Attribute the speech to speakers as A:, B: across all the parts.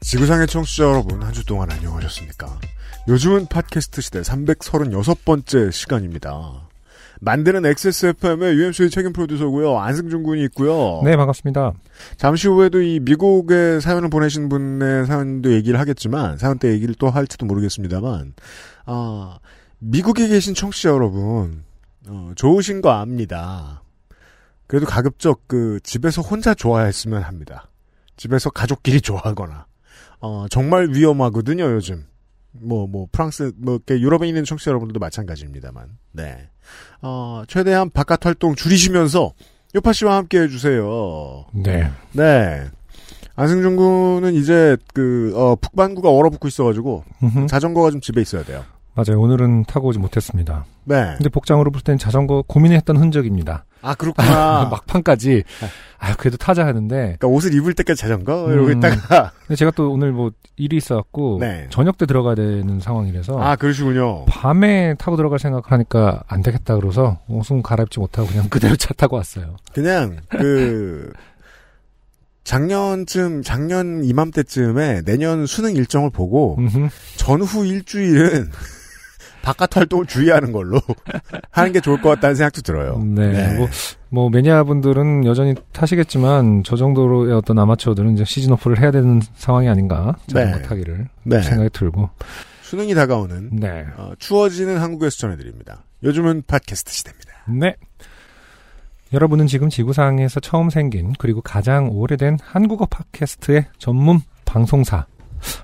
A: 지구상의 청취자 여러분, 한 주 동안 안녕하셨습니까? 요즘은 팟캐스트 시대 336번째 시간입니다. 만드는 XSFM의 UMC의 책임 프로듀서고요. 안승준 군이 있고요.
B: 네, 반갑습니다.
A: 잠시 후에도 이 미국에 사연을 보내신 분의 사연도 얘기를 하겠지만, 사연 때 얘기를 또 할지도 모르겠습니다만, 아, 미국에 계신 청취자 여러분, 어, 좋으신 거 압니다. 그래도 가급적 그 집에서 혼자 좋아했으면 합니다. 집에서 가족끼리 좋아하거나. 어, 정말 위험하거든요, 요즘. 뭐, 뭐, 프랑스, 뭐, 이렇게 유럽에 있는 청취자 여러분들도 마찬가지입니다만. 네. 어, 최대한 바깥 활동 줄이시면서, 요파 씨와 함께 해주세요.
B: 네.
A: 네. 안승준 군은 이제, 그, 어, 북반구가 얼어붙고 있어가지고,
B: 음흠.
A: 자전거가 좀 집에 있어야 돼요.
B: 맞아요. 오늘은 타고 오지 못했습니다.
A: 네.
B: 근데 복장으로 볼 땐 자전거 고민했던 흔적입니다.
A: 아, 그렇구나.
B: 막판까지 아 그래도 타자 하는데
A: 그러니까 옷을 입을 때까지 자전거? 이러고
B: 음.
A: 있다가.
B: 근데 제가 또 오늘 뭐 일이 있어갖고
A: 네.
B: 저녁 때 들어가야 되는 상황이라서
A: 아, 그러시군요.
B: 밤에 타고 들어갈 생각하니까 안 되겠다 그래서 옷은 갈아입지 못하고 그냥 그대로 차 타고 왔어요.
A: 그냥 그 작년쯤 작년 이맘때쯤에 내년 수능 일정을 보고
B: 음흠.
A: 전후 일주일은 바깥 활동을 주의하는 걸로 하는 게 좋을 것 같다는 생각도 들어요.
B: 네. 뭐, 뭐 매니아분들은 여전히 타시겠지만 저 정도로의 어떤 아마추어들은 이제 시즌 오프를 해야 되는 상황이 아닌가 자전거
A: 네.
B: 타기를
A: 네.
B: 생각이 들고
A: 수능이 다가오는
B: 네.
A: 어, 추워지는 한국에서 전해드립니다. 요즘은 팟캐스트 시대입니다.
B: 네. 여러분은 지금 지구상에서 처음 생긴 그리고 가장 오래된 한국어 팟캐스트의 전문 방송사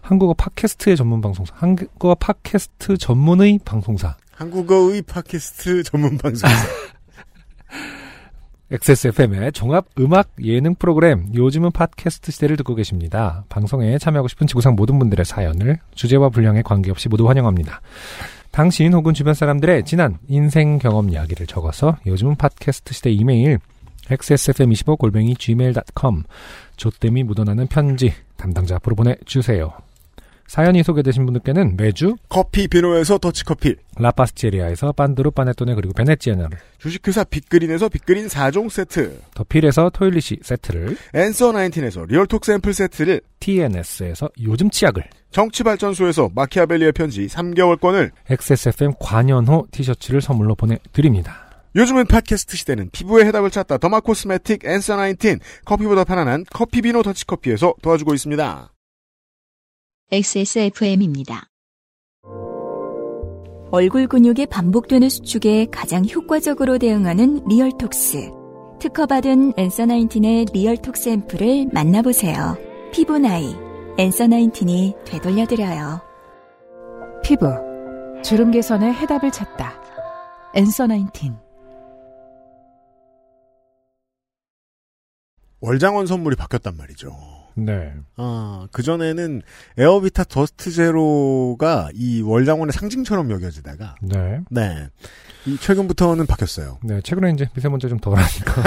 B: 한국어 팟캐스트의 전문 방송사 한국어 팟캐스트 전문의 방송사
A: 한국어의 팟캐스트 전문 방송사.
B: XSFM의 종합 음악 예능 프로그램 요즘은 팟캐스트 시대를 듣고 계십니다. 방송에 참여하고 싶은 지구상 모든 분들의 사연을 주제와 분량에 관계없이 모두 환영합니다. 당신 혹은 주변 사람들의 지난 인생 경험 이야기를 적어서 요즘은 팟캐스트 시대 이메일 xsfm25골뱅이 gmail.com 조땜이 묻어나는 편지 담당자 앞으로 보내주세요. 사연이 소개되신 분들께는 매주
A: 커피 비노에서 더치커피.
B: 라파스체리아에서 빤드루 빠네토네 그리고 베네치아나를
A: 주식회사 빅그린에서 빅그린 4종 세트.
B: 더필에서 토일리시 세트를
A: 앤서 19에서 리얼톡 샘플 세트를.
B: TNS에서 요즘 치약을
A: 정치발전소에서 마키아벨리의 편지 3개월권을
B: XSFM 관현호 티셔츠를 선물로 보내드립니다.
A: 요즘은 팟캐스트 시대는 피부의 해답을 찾다 더마 코스메틱 앤서 19 커피보다 편안한 커피비노 더치커피에서 도와주고 있습니다.
C: XSFM입니다.
D: 얼굴 근육이 반복되는 수축에 가장 효과적으로 대응하는 리얼톡스. 특허받은 엔서나인틴의 리얼톡스 앰플을 만나보세요. 피부 나이, 엔서나인틴이 되돌려드려요.
E: 피부 주름 개선의 해답을 찾다. 엔서 19.
A: 월장원 선물이 바뀌었단 말이죠.
B: 네.
A: 아, 그전에는 에어비타 더스트 제로가 이 월장원의 상징처럼 여겨지다가
B: 네.
A: 네. 이 최근부터는 바뀌었어요.
B: 네. 최근에 이제 미세먼지 좀 덜하니까.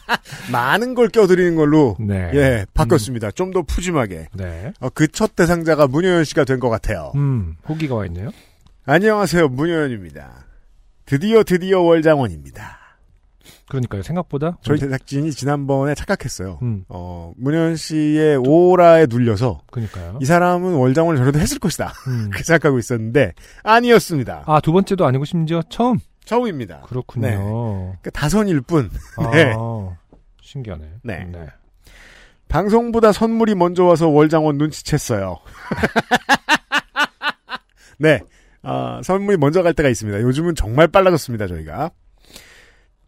A: 많은 걸 껴드리는 걸로
B: 네.
A: 예, 바뀌었습니다. 좀 더 푸짐하게.
B: 네.
A: 그 첫 대상자가 문효연 씨가 된 것 같아요.
B: 음, 후기가 와 있네요.
A: 안녕하세요. 문효연입니다. 드디어 드디어 월장원입니다.
B: 그러니까요. 생각보다.
A: 저희 제작진이 지난번에 착각했어요.
B: 음,
A: 어, 문현 씨의 오라에 눌려서
B: 그러니까요.
A: 이 사람은 월장을 저래도 했을 것이다.
B: 어? 음.
A: 그렇게 생각하고 있었는데 아니었습니다.
B: 아, 두 번째도 아니고 심지어 처음.
A: 처음입니다.
B: 그렇군요.
A: 네. 그러니까 다선일 뿐 네.
B: 아, 신기하네.
A: 네. 방송보다 선물이 먼저 와서 월장원 눈치챘어요. 네. 아, 선물이 먼저 갈 때가 있습니다. 요즘은 정말 빨라졌습니다, 저희가.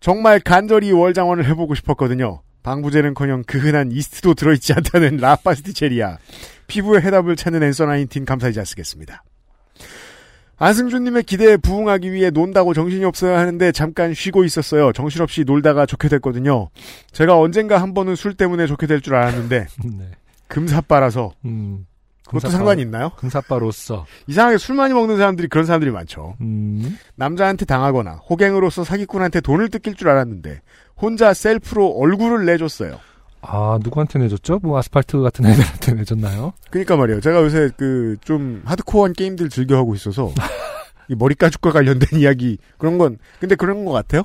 A: 정말 간절히 월장원을 해보고 싶었거든요. 방부제는커녕 그 흔한 이스트도 들어있지 않다는 라파스티체리아. 피부의 해답을 찾는 엔서나인틴 감사이지 않겠습니다. 안승준님의 기대에 부응하기 위해 논다고 정신이 없어야 하는데 잠깐 쉬고 있었어요. 정신없이 놀다가 좋게 됐거든요. 제가 언젠가 한 번은 술 때문에 좋게 될 줄 알았는데
B: 네.
A: 금사빠라서
B: 음,
A: 그것도
F: 금사빠-
A: 상관이 있나요?
F: 금사빠로서
A: 이상하게 술 많이 먹는 사람들이 그런 사람들이 많죠.
F: 음,
A: 남자한테 당하거나 호갱으로서 사기꾼한테 돈을 뜯길 줄 알았는데 혼자 셀프로 얼굴을 내줬어요.
F: 아 누구한테 내줬죠? 뭐 아스팔트 같은 애들한테 내줬나요?
A: 그러니까 말이에요. 제가 요새 그 좀 하드코어한 게임들 즐겨 하고 있어서 이 머리 가죽과 관련된 이야기 그런 건 근데 그런 것 같아요.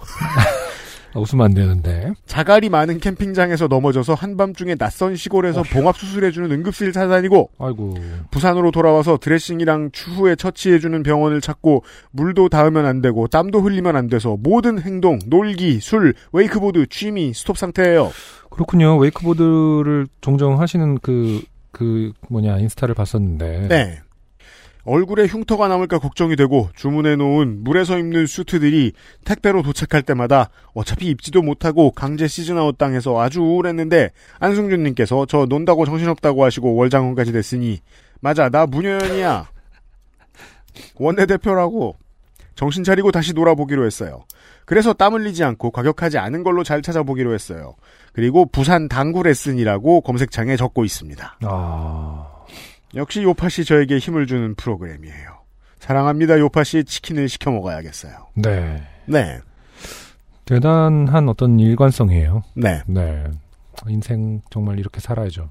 F: 아, 웃으면 안 되는데
A: 자갈이 많은 캠핑장에서 넘어져서 한밤중에 낯선 시골에서 봉합 수술해주는 응급실 찾아다니고
F: 아이고
A: 부산으로 돌아와서 드레싱이랑 추후에 처치해주는 병원을 찾고 물도 닿으면 안 되고 땀도 흘리면 안 돼서 모든 행동, 놀기, 술, 웨이크보드, 취미 스톱 상태예요.
F: 그렇군요. 웨이크보드를 종종 하시는 그, 그 뭐냐 인스타를 봤었는데
A: 네. 얼굴에 흉터가 남을까 걱정이 되고 주문해놓은 물에서 입는 수트들이 택배로 도착할 때마다 어차피 입지도 못하고 강제 시즌아웃 당해서 아주 우울했는데 안승준님께서 저 논다고 정신없다고 하시고 월장원까지 됐으니 맞아 나 문효연이야 원내대표라고 정신 차리고 다시 놀아보기로 했어요. 그래서 땀 흘리지 않고 과격하지 않은 걸로 잘 찾아보기로 했어요. 그리고 부산 당구 레슨이라고 검색창에 적고 있습니다.
F: 아
A: 역시 요파시 저에게 힘을 주는 프로그램이에요. 사랑합니다 요파시 치킨을 시켜 먹어야겠어요.
F: 네.
A: 네,
F: 대단한 어떤 일관성이에요.
A: 네
F: 네. 인생 정말 이렇게 살아야죠.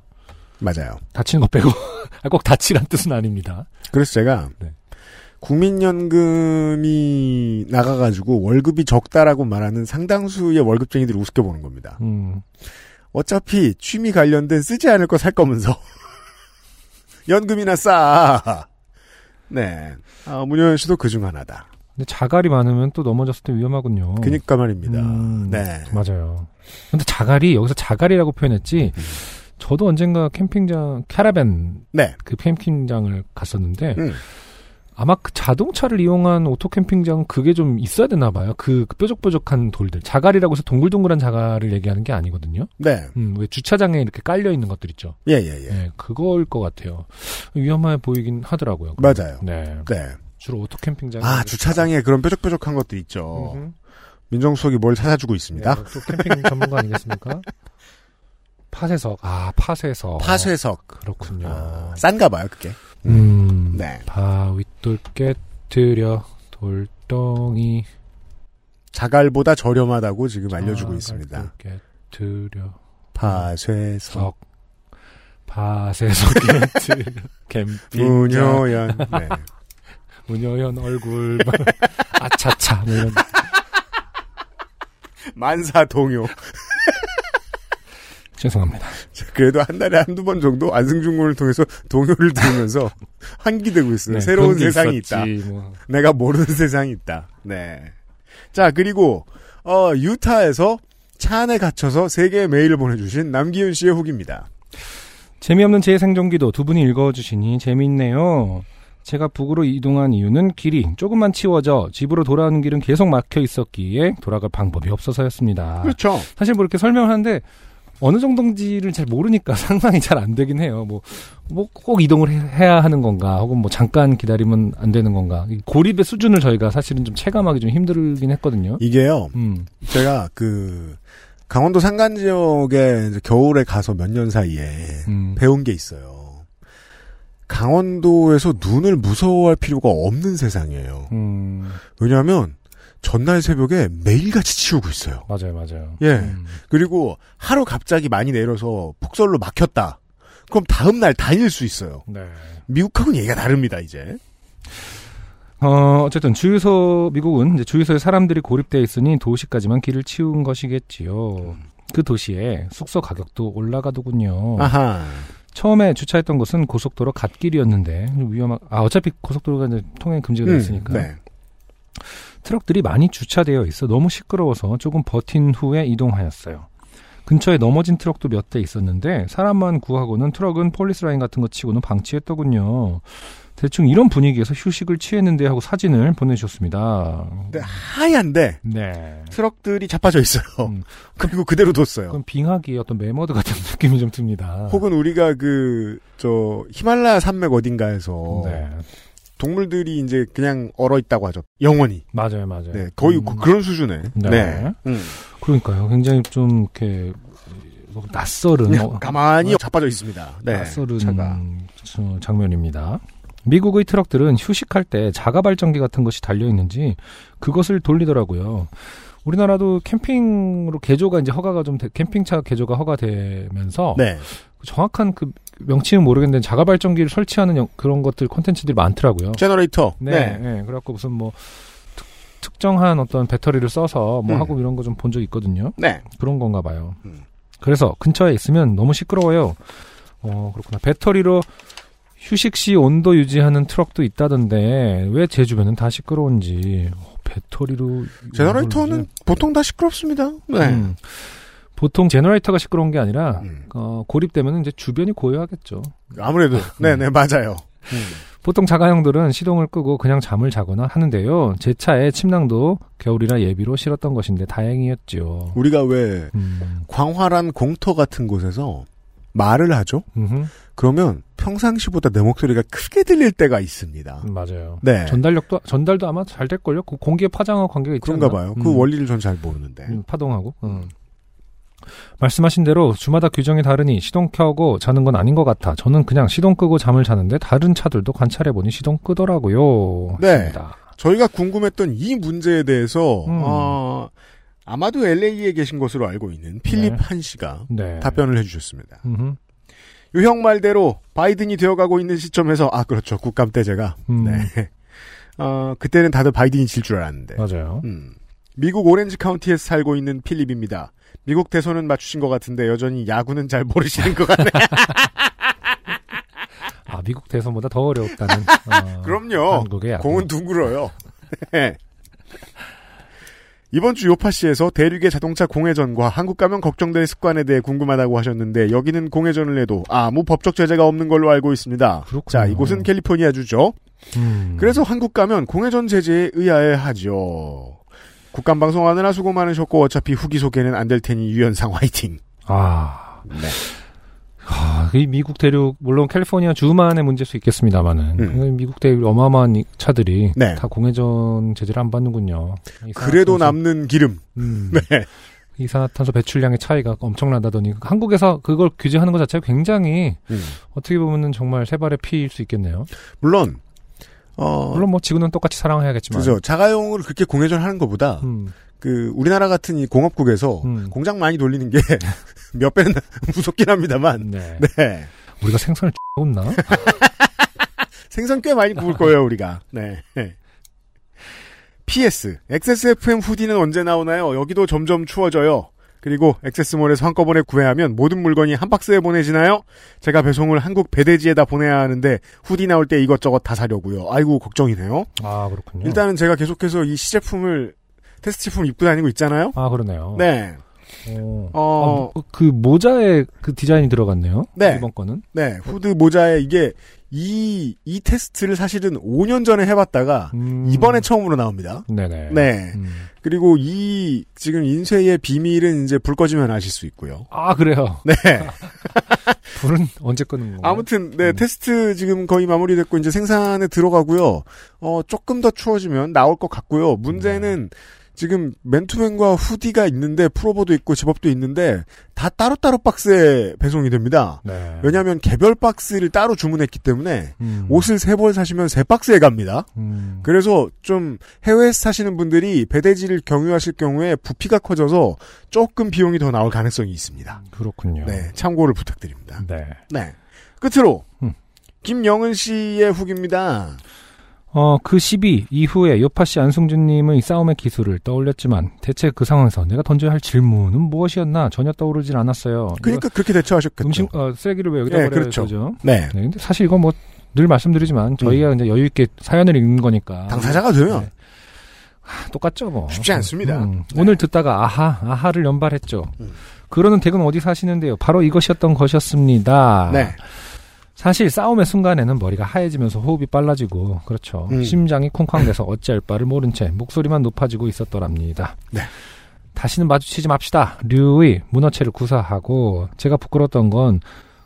A: 맞아요.
F: 다치는 거 빼고 아, 꼭 다치란 뜻은 아닙니다.
A: 그래서 제가
F: 네.
A: 국민연금이 나가가지고 월급이 적다라고 말하는 상당수의 월급쟁이들을 우습게 보는 겁니다.
F: 음.
A: 어차피 취미 관련된 쓰지 않을 거 살 거면서 연금이나 싸. 네, 아, 문효연 씨도 그 중 하나다.
F: 근데 자갈이 많으면 또 넘어졌을 때 위험하군요.
A: 그니까 말입니다.
F: 음,
A: 네,
F: 맞아요. 근데 자갈이 여기서 자갈이라고 표현했지.
A: 음.
F: 저도 언젠가 캠핑장 캐러밴
A: 네,
F: 그 캠핑장을 갔었는데
A: 음.
F: 아마 그 자동차를 이용한 오토 캠핑장 그게 좀 있어야 되나 봐요. 그 뾰족뾰족한 돌들 자갈이라고 해서 동글동글한 자갈을 얘기하는 게 아니거든요.
A: 네,
F: 음, 왜 주차장에 이렇게 깔려 있는 것들 있죠.
A: 예, 예, 예,
F: 네, 그거일 것 같아요. 위험해 보이긴 하더라고요.
A: 맞아요.
F: 네,
A: 네.
F: 주로 오토 캠핑장.
A: 아, 주차장에 어, 그런 뾰족뾰족한 것도 있죠. 민정수석이 뭘 찾아주고 있습니다.
F: 네,
B: 네.
F: 또 캠핑 전문가 아니겠습니까? 파쇄석. 아, 파쇄석.
A: 파쇄석.
B: 어.
F: 그렇군요.
A: 아, 싼가 봐요, 그게.
F: 음.
A: 네.
F: 바윗돌 깨뜨려 돌덩이.
A: 자갈보다 저렴하다고 지금
B: 아,
A: 알려주고 있습니다.
F: 바윗돌 깨뜨려
B: 어,
A: 파쇄석.
F: 석. 파쇄석 깨뜨려. 캠핑.
A: 문효연. 네.
F: 문여현 얼굴. 막 아차차. 뭐 이런.
A: 만사 동요.
F: 죄송합니다.
A: 그래도 한 달에 한두 번 정도 안승준 군을 통해서 동요를 들으면서 환기되고 있어요.
F: 네,
A: 새로운
F: 그런 게
A: 세상이 있다.
F: 있었지, 뭐.
A: 내가 모르는 세상이 있다. 네. 자, 그리고, 어, 유타에서 차 안에 갇혀서 세 개의 메일을 보내주신 남기윤 씨의 후기입니다.
B: 재미없는 제 생존기도 두 분이 읽어주시니 재미있네요. 제가 북으로 이동한 이유는 길이 조금만 치워져 집으로 돌아오는 길은 계속 막혀 있었기에 돌아갈 방법이 없어서였습니다.
A: 그렇죠.
B: 사실 뭐 이렇게 설명을 하는데 어느 정도인지를 잘 모르니까 상상이 잘 안 되긴 해요. 뭐 뭐 꼭 이동을 해- 해야 하는 건가, 혹은 뭐 잠깐 기다리면 안 되는 건가. 이 고립의 수준을 저희가 사실은 좀 체감하기 좀 힘들긴
A: 예.
B: 했거든요.
A: 이게요,
B: 음,
A: 제가 그 강원도 산간 지역에 이제 겨울에 가서 몇 년 사이에
B: 음.
A: 배운 게 있어요. 강원도에서 눈을 무서워할 필요가 없는 세상이에요.
B: 음,
A: 왜냐하면 전날 새벽에 매일같이 치우고 있어요.
B: 맞아요, 맞아요.
A: 예.
B: 음.
A: 그리고 하루 갑자기 많이 내려서 폭설로 막혔다. 그럼 다음 날 다닐 수 있어요.
B: 네.
A: 미국하고는 얘기가 다릅니다, 이제.
B: 어, 어쨌든 주유소 미국은 이제 주유소에 사람들이 고립되어 있으니 도시까지만 길을 치운 것이겠지요. 그 도시에 숙소 가격도 올라가더군요.
A: 음. 아하.
B: 처음에 주차했던 곳은 고속도로 갓길이었는데 위험한 아 어차피 고속도로가 이제 통행 금지가
A: 음,
B: 됐으니까
A: 네.
B: 트럭들이 많이 주차되어 있어 너무 시끄러워서 조금 버틴 후에 이동하였어요. 근처에 넘어진 트럭도 몇 대 있었는데 사람만 구하고는 트럭은 폴리스 라인 같은 거 치고는 방치했더군요. 대충 이런 분위기에서 휴식을 취했는데 하고 사진을 보내주셨습니다.
A: 근데 하얀데
B: 네.
A: 트럭들이 자빠져 있어요.
B: 음.
A: 그리고 그대로 뒀어요.
B: 그럼 아. 빙하기 어떤 메모드 같은 느낌이 좀 듭니다.
A: 혹은 우리가 그, 저, 히말라야 산맥 어딘가에서
B: 네.
A: 동물들이 이제 그냥 얼어 있다고 하죠. 영원히.
B: 맞아요, 맞아요.
A: 네. 거의
B: 음.
A: 그- 그런 수준에.
B: 네.
A: 음.
B: 그러니까요. 굉장히 좀 이렇게 그 낯설은 어,
A: 가만히 자빠져 있습니다. 네.
B: 낯설은
A: 차가.
B: 저- 장면입니다. 미국의 트럭들은 휴식할 때 자가 발전기 같은 것이 달려 있는지 그것을 돌리더라고요. 우리나라도 캠핑으로 개조가 이제 허가가 좀 돼- 캠핑차 개조가 허가되면서
A: 네.
B: 정확한 그 명칭은 모르겠는데 자가 발전기를 설치하는 영- 그런 것들 콘텐츠들이 많더라고요.
A: 제너레이터.
B: 네, 예, 그래갖고 무슨 뭐 특, 정한 어떤 배터리를 써서 뭐
A: 음.
B: 하고 이런 거 좀 본 적 있거든요.
A: 네.
B: 그런 건가 봐요.
A: 음.
B: 그래서 근처에 있으면 너무 시끄러워요. 어, 그렇구나. 배터리로 휴식 시 온도 유지하는 트럭도 있다던데 왜 제 주변은 다 시끄러운지 어, 배터리로
A: 제너레이터는 보통 다 시끄럽습니다. 네.
B: 음. 보통 제너레이터가 시끄러운 게 아니라
A: 음.
B: 어, 고립되면 이제 주변이 고요하겠죠.
A: 아무래도. 네네, 맞아요.
B: 보통 자가용들은 시동을 끄고 그냥 잠을 자거나 하는데요. 제 차에 침낭도 겨울이라 예비로 실었던 것인데 다행이었죠.
A: 우리가 왜
B: 음,
A: 광활한 공터 같은 곳에서 말을 하죠?
B: 음흠,
A: 그러면 평상시보다 내 목소리가 크게 들릴 때가 있습니다.
B: 맞아요.
A: 네.
B: 음. 전달력도 전달도 아마 잘 될걸요. 그 공기의 파장하고 관계가 있지
A: 그런가
B: 않나?
A: 봐요.
B: 음,
A: 그 원리를 전 잘 모르는데.
B: 음, 파동하고. 음. 말씀하신 대로 주마다 규정이 다르니 시동 켜고 자는 건 아닌 것 같아. 저는 그냥 시동 끄고 잠을 자는데 다른 차들도 관찰해 보니 시동 끄더라고요.
A: 네.
B: 하십니다.
A: 저희가 궁금했던 이 문제에 대해서
B: 음.
A: 어, 아마도 LA에 계신 것으로 알고 있는 필립
B: 네.
A: 한 씨가
B: 네.
A: 답변을 해주셨습니다.
B: 음흠,
A: 유형 말대로 바이든이 되어가고 있는 시점에서 아 그렇죠 국감 때 제가
B: 음,
A: 네. 어, 그때는 다들 바이든이 질 줄 알았는데
B: 맞아요.
A: 음. 미국 오렌지 카운티에서 살고 있는 필립입니다. 미국 대선은 맞추신 것 같은데 여전히 야구는 잘 모르시는 것 같네요.
B: 아 미국 대선보다 더 어려웠다는. 어,
A: 그럼요.
B: 한국의 야구.
A: 공은 둥그러요. 네. 이번 주 요파시에서 대륙의 자동차 공회전과 한국 가면 걱정될 습관에 대해 궁금하다고 하셨는데 여기는 공회전을 해도 아무 법적 제재가 없는 걸로 알고 있습니다.
B: 그렇군요.
A: 자, 이곳은 캘리포니아 주죠.
B: 음.
A: 그래서 한국 가면 공회전 제재에 의아해 하죠. 국감 방송하느라 수고 많으셨고 어차피 후기 소개는 안 될 테니 유연상 화이팅.
B: 아.
A: 네.
B: 하, 이 미국 대륙 물론 캘리포니아 주만의 문제일 수 있겠습니다만은
A: 음.
B: 미국 대륙 어마어마한 이- 차들이
A: 네.
B: 다 공회전 제재를 안 받는군요. 이산화탄소-
A: 그래도 남는 기름.
B: 음,
A: 네.
B: 이산화탄소 배출량의 차이가 엄청나다더니 한국에서 그걸 규제하는 것 자체가 굉장히
A: 음.
B: 어떻게 보면은 정말 세 발의 피일 수 있겠네요.
A: 물론 어
B: 물론 뭐 지구는 똑같이 사랑해야겠지만.
A: 그죠. 자가용을 그렇게 공회전 하는 것보다
B: 음,
A: 그 우리나라 같은 이 공업국에서
B: 음.
A: 공장 많이 돌리는 게 몇 배는 무섭긴 합니다만.
B: 네.
A: 네.
B: 우리가 생선을 없나?
A: 생선 꽤 많이 구울 거예요, 우리가. 네. PS. XSFM 후디는 언제 나오나요? 여기도 점점 추워져요. 그리고 XS몰에서 한꺼번에 구매하면 모든 물건이 한 박스에 보내지나요? 제가 배송을 한국 배대지에다 보내야 하는데 후디 나올 때 이것저것 다 사려고요. 아이고 걱정이네요.
B: 아 그렇군요.
A: 일단은 제가 계속해서 이 시제품을 테스트 제품 입고 다니고 있잖아요.
B: 아 그러네요.
A: 네.
B: 어.
A: 어,
B: 아, 그 모자에 그 디자인이 들어갔네요.
A: 네.
B: 이번 거는.
A: 네, 후드 모자에 이게 이, 이 테스트를 사실은 5년 전에 해봤다가
B: 음.
A: 이번에 처음으로 나옵니다.
B: 네네.
A: 네.
B: 음.
A: 그리고 이 지금 인쇄의 비밀은 이제 불 꺼지면 아실 수 있고요.
B: 아 그래요.
A: 네.
B: 불은 언제 끄는 건가요?
A: 아무튼 네
B: 음.
A: 테스트 지금 거의 마무리됐고 이제 생산에 들어가고요. 어 조금 더 추워지면 나올 것 같고요. 문제는
B: 음.
A: 지금 맨투맨과 후디가 있는데 프로보도 있고 집업도 있는데 다 따로따로 박스에 배송이 됩니다.
B: 네.
A: 왜냐하면 개별 박스를 따로 주문했기 때문에
B: 음.
A: 옷을 세 벌 사시면 세 박스에 갑니다.
B: 음.
A: 그래서 좀 해외에서 사시는 분들이 배대지를 경유하실 경우에 부피가 커져서 조금 비용이 더 나올 가능성이 있습니다.
B: 그렇군요.
A: 네, 참고를 부탁드립니다.
B: 네.
A: 네. 끝으로
B: 음.
A: 김영은 씨의 후기입니다.
B: 어, 그 시비 이후에 요파 씨 안승준님은 이 싸움의 기술을 떠올렸지만 대체 그 상황에서 내가 던져야 할 질문은 무엇이었나 전혀 떠오르질 않았어요.
A: 그러니까 그렇게 대처하셨겠죠.
B: 음식 어, 쓰레기를 왜 여기다
A: 예,
B: 버려야
A: 그렇죠.
B: 되죠?
A: 네. 음.
B: 네, 근데 사실 이건 뭐 늘 말씀드리지만 저희가 이제 여유 있게 사연을 읽는 거니까
A: 당사자가 되면
B: 네. 아, 똑같죠 뭐
A: 쉽지 않습니다. 네.
B: 오늘 듣다가 아하 아하를 연발했죠.
A: 음.
B: 그러는 댁은 어디 사시는데요? 바로 이것이었던 것이었습니다.
A: 네.
B: 사실 싸움의 순간에는 머리가 하얘지면서 호흡이 빨라지고 그렇죠.
A: 음.
B: 심장이 쿵쾅대서 어찌할 바를 모른 채 목소리만 높아지고 있었더랍니다.
A: 네.
B: 다시는 마주치지 맙시다. 류의 문어체를 구사하고 제가 부끄러웠던 건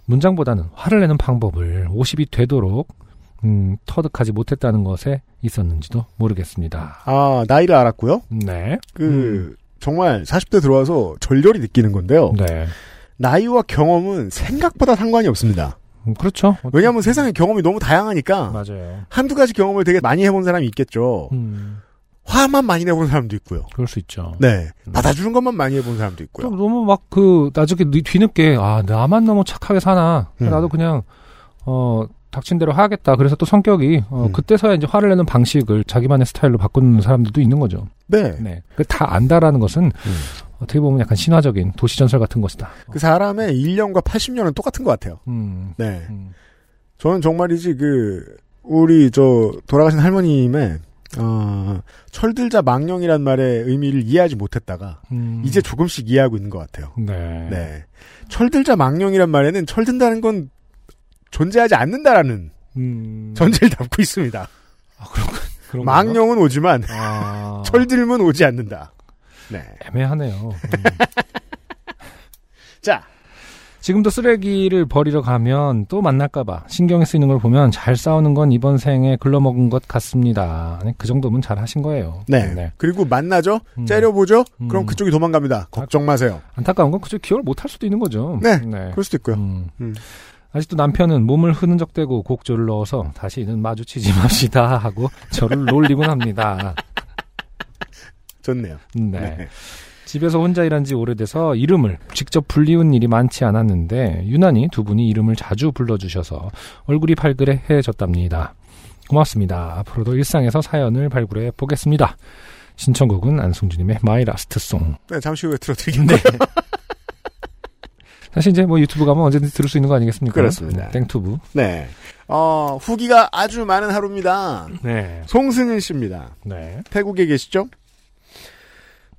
B: 문장보다는 화를 내는 방법을 50이 되도록 음, 터득하지 못했다는 것에 있었는지도 모르겠습니다.
A: 아, 나이를 알았고요.
B: 네.
A: 그 정말 40대 들어와서 절렬히 느끼는 건데요.
B: 네.
A: 나이와 경험은 생각보다 상관이 없습니다.
B: 음, 그렇죠.
A: 왜냐하면 세상에 경험이 너무 다양하니까
B: 맞아요.
A: 한두 가지 경험을 되게 많이 해본 사람이 있겠죠.
B: 음,
A: 화만 많이 내본 사람도 있고요.
B: 그럴 수 있죠.
A: 네. 받아주는 것만 많이 해본 사람도
B: 또
A: 있고요.
B: 너무 막 그 나중에 뒤- 뒤늦게 아 나만 너무 착하게 사나
A: 음.
B: 나도 그냥 어 닥친 대로 하겠다 그래서 또 성격이 어,
A: 음.
B: 그때서야 이제 화를 내는 방식을 자기만의 스타일로 바꾸는 사람들도 있는 거죠.
A: 네.
B: 네. 음. 그 다 안다라는 것은 어떻게 보면 약간 신화적인 도시 전설 같은 것이다.
A: 그 사람의 1년과 80년은 똑같은 것 같아요.
B: 음.
A: 네.
B: 음.
A: 저는 정말이지 그 우리 저 돌아가신 할머님의 어, 철들자 망령이란 말의 의미를 이해하지 못했다가
B: 음.
A: 이제 조금씩 이해하고 있는 것 같아요.
B: 네.
A: 네. 철들자 망령이란 말에는 철든다는 건 존재하지 않는다라는
B: 음.
A: 전제를 담고 있습니다.
B: 아, 그런 거- 그런 건가?
A: 망령은 오지만
B: 아,
A: 철들면 오지 않는다. 네.
B: 애매하네요. 음.
A: 자,
B: 지금도 쓰레기를 버리러 가면 또 만날까봐 신경이 쓰이는 걸 보면 잘 싸우는 건 이번 생에 글러먹은 것 같습니다. 아니, 그 정도면 잘 하신 거예요.
A: 네. 그리고 만나죠?
B: 음.
A: 째려보죠? 그럼
B: 음.
A: 그쪽이 도망갑니다. 걱정 마세요.
B: 안타까운 건 그저 기억을 못 할 수도 있는 거죠.
A: 네, 그럴 수도 있고요.
B: 음.
A: 음.
B: 아직도 남편은 몸을 흐느적대고 곡조를 넣어서 다시는 마주치지 맙시다 하고 저를 놀리곤 합니다.
A: 좋네요.
B: 네. 집에서 혼자 일한 지 오래돼서 이름을 직접 불리운 일이 많지 않았는데 유난히 두 분이 이름을 자주 불러주셔서 얼굴이 발그레해졌답니다. 고맙습니다. 앞으로도 일상에서 사연을 발굴해 보겠습니다. 신청곡은 안승준님의 마이 라스트 송.
A: 네, 잠시 후에 들어드리겠네요.
B: 사실 이제 뭐 유튜브 가면 언제든지 들을 수 있는 거 아니겠습니까?
A: 그렇습니다.
B: 음, 땡튜브.
A: 네. 어, 후기가 아주 많은 하루입니다.
B: 네.
A: 송승일 씨입니다.
B: 네.
A: 태국에 계시죠?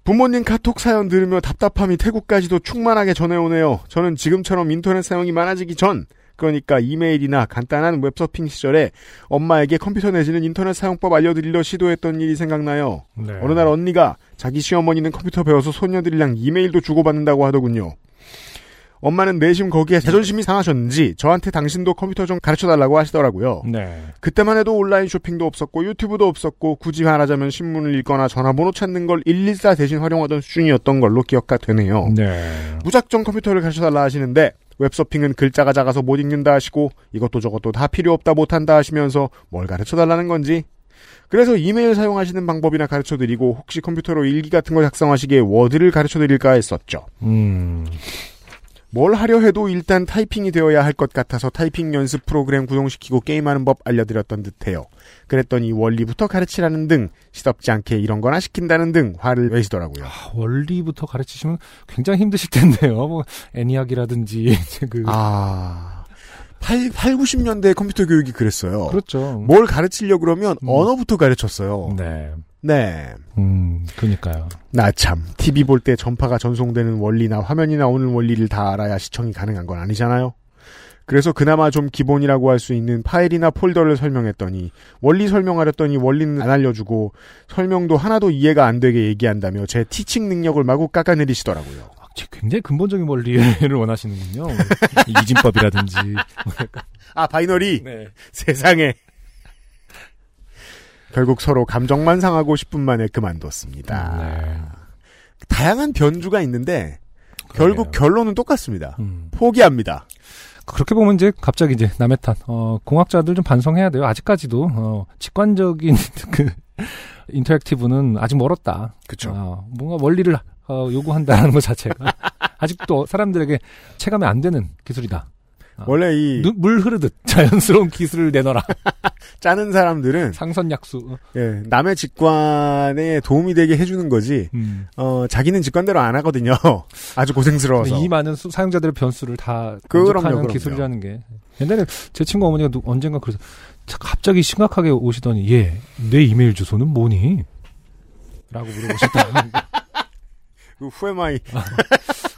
A: 부모님 카톡 사연 들으며 답답함이 태국까지도 충만하게 전해오네요. 저는 지금처럼 인터넷 사용이 많아지기 전, 그러니까 이메일이나 간단한 웹서핑 시절에 엄마에게 컴퓨터 내지는 인터넷 사용법 알려드리려 시도했던 일이 생각나요.
B: 네.
A: 어느 날 언니가 자기 시어머니는 컴퓨터 배워서 손녀들이랑 이메일도 주고받는다고 하더군요. 엄마는 내심 거기에 자존심이 상하셨는지 저한테 당신도 컴퓨터 좀 가르쳐달라고 하시더라고요.
B: 네.
A: 그때만 해도 온라인 쇼핑도 없었고 유튜브도 없었고 굳이 말하자면 신문을 읽거나 전화번호 찾는 걸 114 대신 활용하던 수준이었던 걸로 기억가 되네요.
B: 네.
A: 무작정 컴퓨터를 가르쳐달라 하시는데 웹서핑은 글자가 작아서 못 읽는다 하시고 이것도 저것도 다 필요 없다 못한다 하시면서 뭘 가르쳐달라는 건지 그래서 이메일 사용하시는 방법이나 가르쳐드리고 혹시 컴퓨터로 일기 같은 거 작성하시기에 워드를 가르쳐드릴까 했었죠.
B: 음.
A: 뭘 하려 해도 일단 타이핑이 되어야 할 것 같아서 타이핑 연습 프로그램 구동시키고 게임하는 법 알려드렸던 듯해요. 그랬더니 원리부터 가르치라는 등 시덥지 않게 이런 거나 시킨다는 등 화를 내시더라고요.
B: 아, 원리부터 가르치시면 굉장히 힘드실 텐데요. 뭐 애니악이라든지 그
A: 아. 8, 8, 90년대 컴퓨터 교육이 그랬어요.
B: 그렇죠.
A: 뭘 가르치려 그러면
B: 음.
A: 언어부터 가르쳤어요.
B: 네.
A: 네.
B: 음, 그러니까요.
A: 나 참. TV 볼 때 전파가 전송되는 원리나 화면이 나오는 원리를 다 알아야 시청이 가능한 건 아니잖아요. 그래서 그나마 좀 기본이라고 할 수 있는 파일이나 폴더를 설명했더니 원리 설명하렸더니 원리는 안 알려주고 설명도 하나도 이해가 안 되게 얘기한다며 제 티칭 능력을 마구 깎아내리시더라고요.
B: 아, 제- 굉장히 근본적인 원리를 원하시는군요. 이 이진법이라든지.
A: 아 바이너리
B: 네.
A: 세상에 결국 서로 감정만 상하고 10분 만에 그만뒀습니다.
B: 네.
A: 다양한 변주가 있는데 결국 결론은 똑같습니다.
B: 음.
A: 포기합니다.
B: 그렇게 보면 이제 갑자기 이제 남의 탓. 어, 공학자들 좀 반성해야 돼요. 아직까지도 어, 직관적인 그 인터랙티브는 아직 멀었다.
A: 그쵸.
B: 어, 뭔가 원리를 어, 요구한다는 것 자체가 아직도 사람들에게 체감이 안 되는 기술이다. 아.
A: 원래 이
B: 누- 물 흐르듯 자연스러운 기술을 내놔라.
A: 짜는 사람들은
B: 상선약수. 어.
A: 예, 남의 직관에 도움이 되게 해주는 거지
B: 음.
A: 어, 자기는 직관대로 안 하거든요. 아주 고생스러워서.
B: 네, 이 많은 수- 사용자들의 변수를 다
A: 그럼요,
B: 하는
A: 그럼요.
B: 기술이라는 게 옛날에 제 친구 어머니가 누- 언젠가 그래서 자, 갑자기 심각하게 오시더니 예 내 이메일 주소는 뭐니? 라고 물어보셨다.
A: 그 후에마이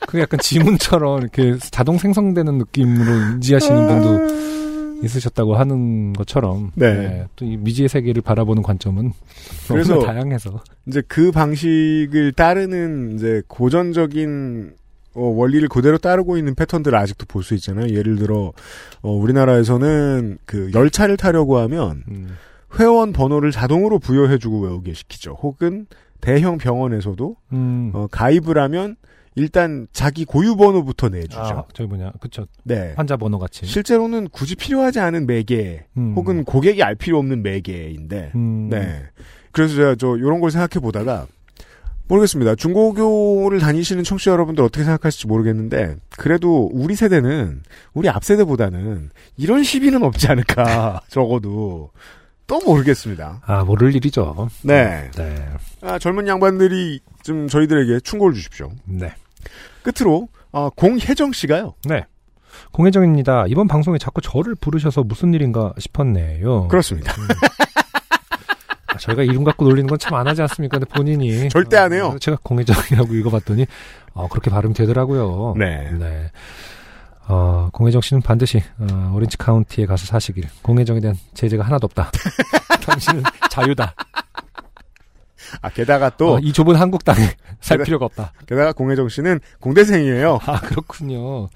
B: 그게 약간 지문처럼 이렇게 자동 생성되는 느낌으로 인지하시는 분도 있으셨다고 하는 것처럼
A: 음. 네.
B: 또 이 미지의 세계를 바라보는 관점은
A: 그래서-
B: 너무나 다양해서
A: 이제 그 방식을 따르는 이제 고전적인 어, 원리를 그대로 따르고 있는 패턴들을 아직도 볼 수 있잖아요. 예를 들어 어, 우리나라에서는 그 열차를 타려고 하면
B: 음,
A: 회원 번호를 자동으로 부여해주고 외우게 시키죠. 혹은 대형 병원에서도
B: 음,
A: 어, 가입을 하면 일단 자기 고유 번호부터 내주죠.
B: 아, 저기 뭐냐, 그쵸.
A: 네.
B: 환자 번호 같이.
A: 실제로는 굳이 필요하지 않은 매개
B: 음.
A: 혹은 고객이 알 필요 없는 매개인데
B: 음.
A: 네. 그래서 제가 저 이런 걸 생각해 보다가 모르겠습니다. 중고교를 다니시는 청취자 여러분들 어떻게 생각하실지 모르겠는데 그래도 우리 세대는 우리 앞 세대보다는 이런 시비는 없지 않을까 적어도 또 모르겠습니다.
B: 아, 모를 일이죠.
A: 네.
B: 네.
A: 아, 젊은 양반들이 좀 저희들에게 충고를 주십시오.
B: 네.
A: 끝으로 아, 공혜정 씨가요.
B: 공혜정입니다. 이번 방송에 자꾸 저를 부르셔서 무슨 일인가 싶었네요. 음.
A: 그렇습니다.
B: 아, 저희가 이름 갖고 놀리는 건 참 안 하지 않습니까? 근데 본인이.
A: 절대 안 해요.
B: 어, 제가 공혜정이라고 읽어봤더니, 어, 그렇게 발음 되더라고요.
A: 네.
B: 네. 어, 공혜정 씨는 반드시, 어, 오렌지 카운티에 가서 사시길. 공혜정에 대한 제재가 하나도 없다. 당신은 자유다.
A: 아, 게다가 또
B: 어, 이 좁은 한국 땅에 살
A: 제가-
B: 필요가 없다.
A: 게다가 공혜정 씨는 공대생이에요.
B: 아, 그렇군요.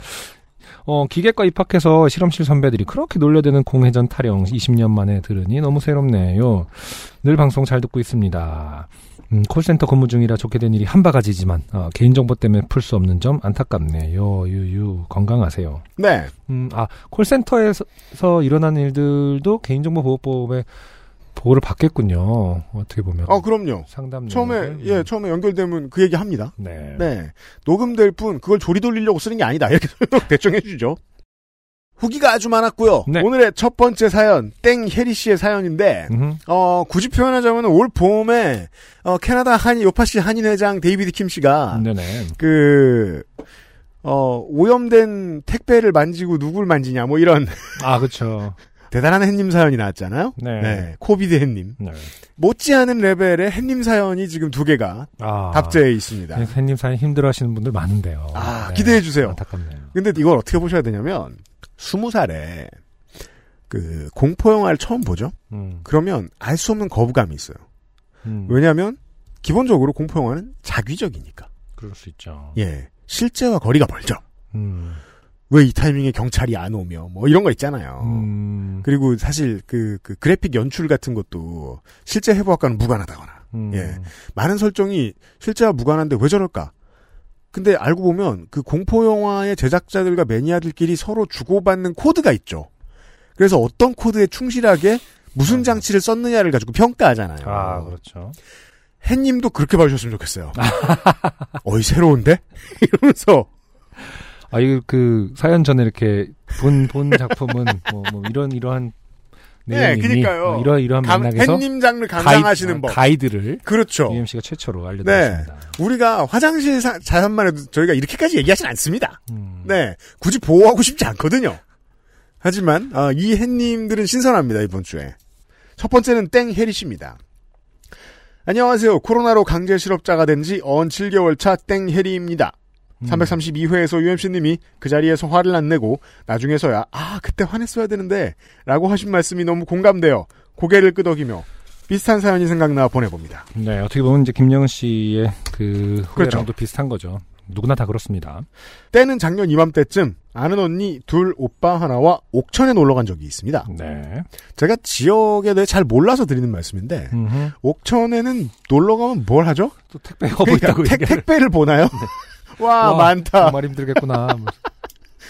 B: 어, 기계과 입학해서 실험실 선배들이 그렇게 놀려대는 공회전 타령 20년 만에 들으니 너무 새롭네요. 늘 방송 잘 듣고 있습니다. 음, 콜센터 근무 중이라 좋게 된 일이 한 바가지지만 어, 개인정보 때문에 풀 수 없는 점 안타깝네요. 유유 건강하세요.
A: 네.
B: 음, 아 콜센터에서 일어나는 일들도 개인정보보호법에 보호를 받겠군요. 어떻게 보면
A: 어, 그럼요.
B: 상담
A: 처음에
B: 내용을.
A: 예, 처음에 연결되면 그 얘기 합니다.
B: 네.
A: 네. 녹음될 뿐 그걸 조리 돌리려고 쓰는 게 아니다. 이렇게 설명 대충 해주죠. 후기가 아주 많았고요.
B: 네.
A: 오늘의 첫 번째 사연 땡 해리 씨의 사연인데
B: 음흠.
A: 어 굳이 표현하자면 올 봄에 어, 캐나다 한인 요파시 한인 회장 데이비드 킴 씨가
B: 음, 네네.
A: 그 어, 오염된 택배를 만지고 누굴 만지냐 뭐 이런
B: 아 그렇죠.
A: 대단한 햇님 사연이 나왔잖아요.
B: 네.
A: 코비드 햇님
B: 네.
A: 못지않은 레벨의 햇님 사연이 지금 두 개가
B: 아.
A: 답제해 있습니다.
B: 네, 팬님 사연 힘들어하시는 분들 많은데요.
A: 아
B: 네.
A: 기대해 주세요.
B: 안타깝네요.
A: 근데 이걸 어떻게 보셔야 되냐면 스무 살에 그 공포 영화를 처음 보죠.
B: 음,
A: 그러면 알 수 없는 거부감이 있어요.
B: 음,
A: 왜냐하면 기본적으로 공포 영화는 자기적이니까.
B: 그럴 수 있죠.
A: 예, 실제와 거리가 멀죠.
B: 음,
A: 왜 이 타이밍에 경찰이 안 오며 뭐 이런 거 있잖아요.
B: 음,
A: 그리고 사실 그, 그 그래픽 연출 같은 것도 실제 해부학과는 무관하다거나
B: 음,
A: 예. 많은 설정이 실제와 무관한데 왜 저럴까? 근데 알고 보면 그 공포 영화의 제작자들과 매니아들끼리 서로 주고받는 코드가 있죠. 그래서 어떤 코드에 충실하게 무슨 장치를 썼느냐를 가지고 평가하잖아요.
B: 아 그렇죠.
A: 햇님도 그렇게 봐주셨으면 좋겠어요. 어이 새로운데? 이러면서
B: 아 이거 그 사연 전에 이렇게 본 본 작품은 뭐, 뭐 이런 이러한
A: 네,
B: 내용이
A: 그러니까요.
B: 뭐 이러 이러한
A: 감-
B: 맥락에서
A: 햇님 장르
B: 가이드, 아,
A: 감상하시는 법.
B: 가이드를
A: 그렇죠.
B: UMC가 최초로
A: 네.
B: 알려드렸습니다.
A: 우리가 화장실 사- 자연만 해도 저희가 이렇게까지 얘기하진 않습니다.
B: 음,
A: 네, 굳이 보호하고 싶지 않거든요. 하지만 아, 이 햇님들은 신선합니다 이번 주에. 첫 번째는 땡 해리 씨입니다. 안녕하세요. 코로나로 강제 실업자가 된 지 언 7개월 차 땡 해리입니다.
B: 음.
A: 332회에서 UMC님이 그 자리에서 화를 안 내고 나중에서야 아 그때 화냈어야 되는데 라고 하신 말씀이 너무 공감돼요. 고개를 끄덕이며 비슷한 사연이 생각나 보내봅니다.
B: 네, 어떻게 보면 이제 김영은 씨의 그 후배랑도
A: 그렇죠.
B: 비슷한 거죠. 누구나 다 그렇습니다.
A: 때는 작년 이맘때쯤 아는 언니 둘 오빠 하나와 옥천에 놀러 간 적이 있습니다.
B: 네.
A: 제가 지역에 대해 잘 몰라서 드리는 말씀인데
B: 음흠.
A: 옥천에는 놀러 가면 뭘 하죠?
B: 또 택배 거부 어, 뭐 있다고
A: 택,
B: 얘기를-
A: 택배를 보나요? 와,
B: 와,
A: 그러니까 많다.
B: 정말 힘들겠구나. 뭐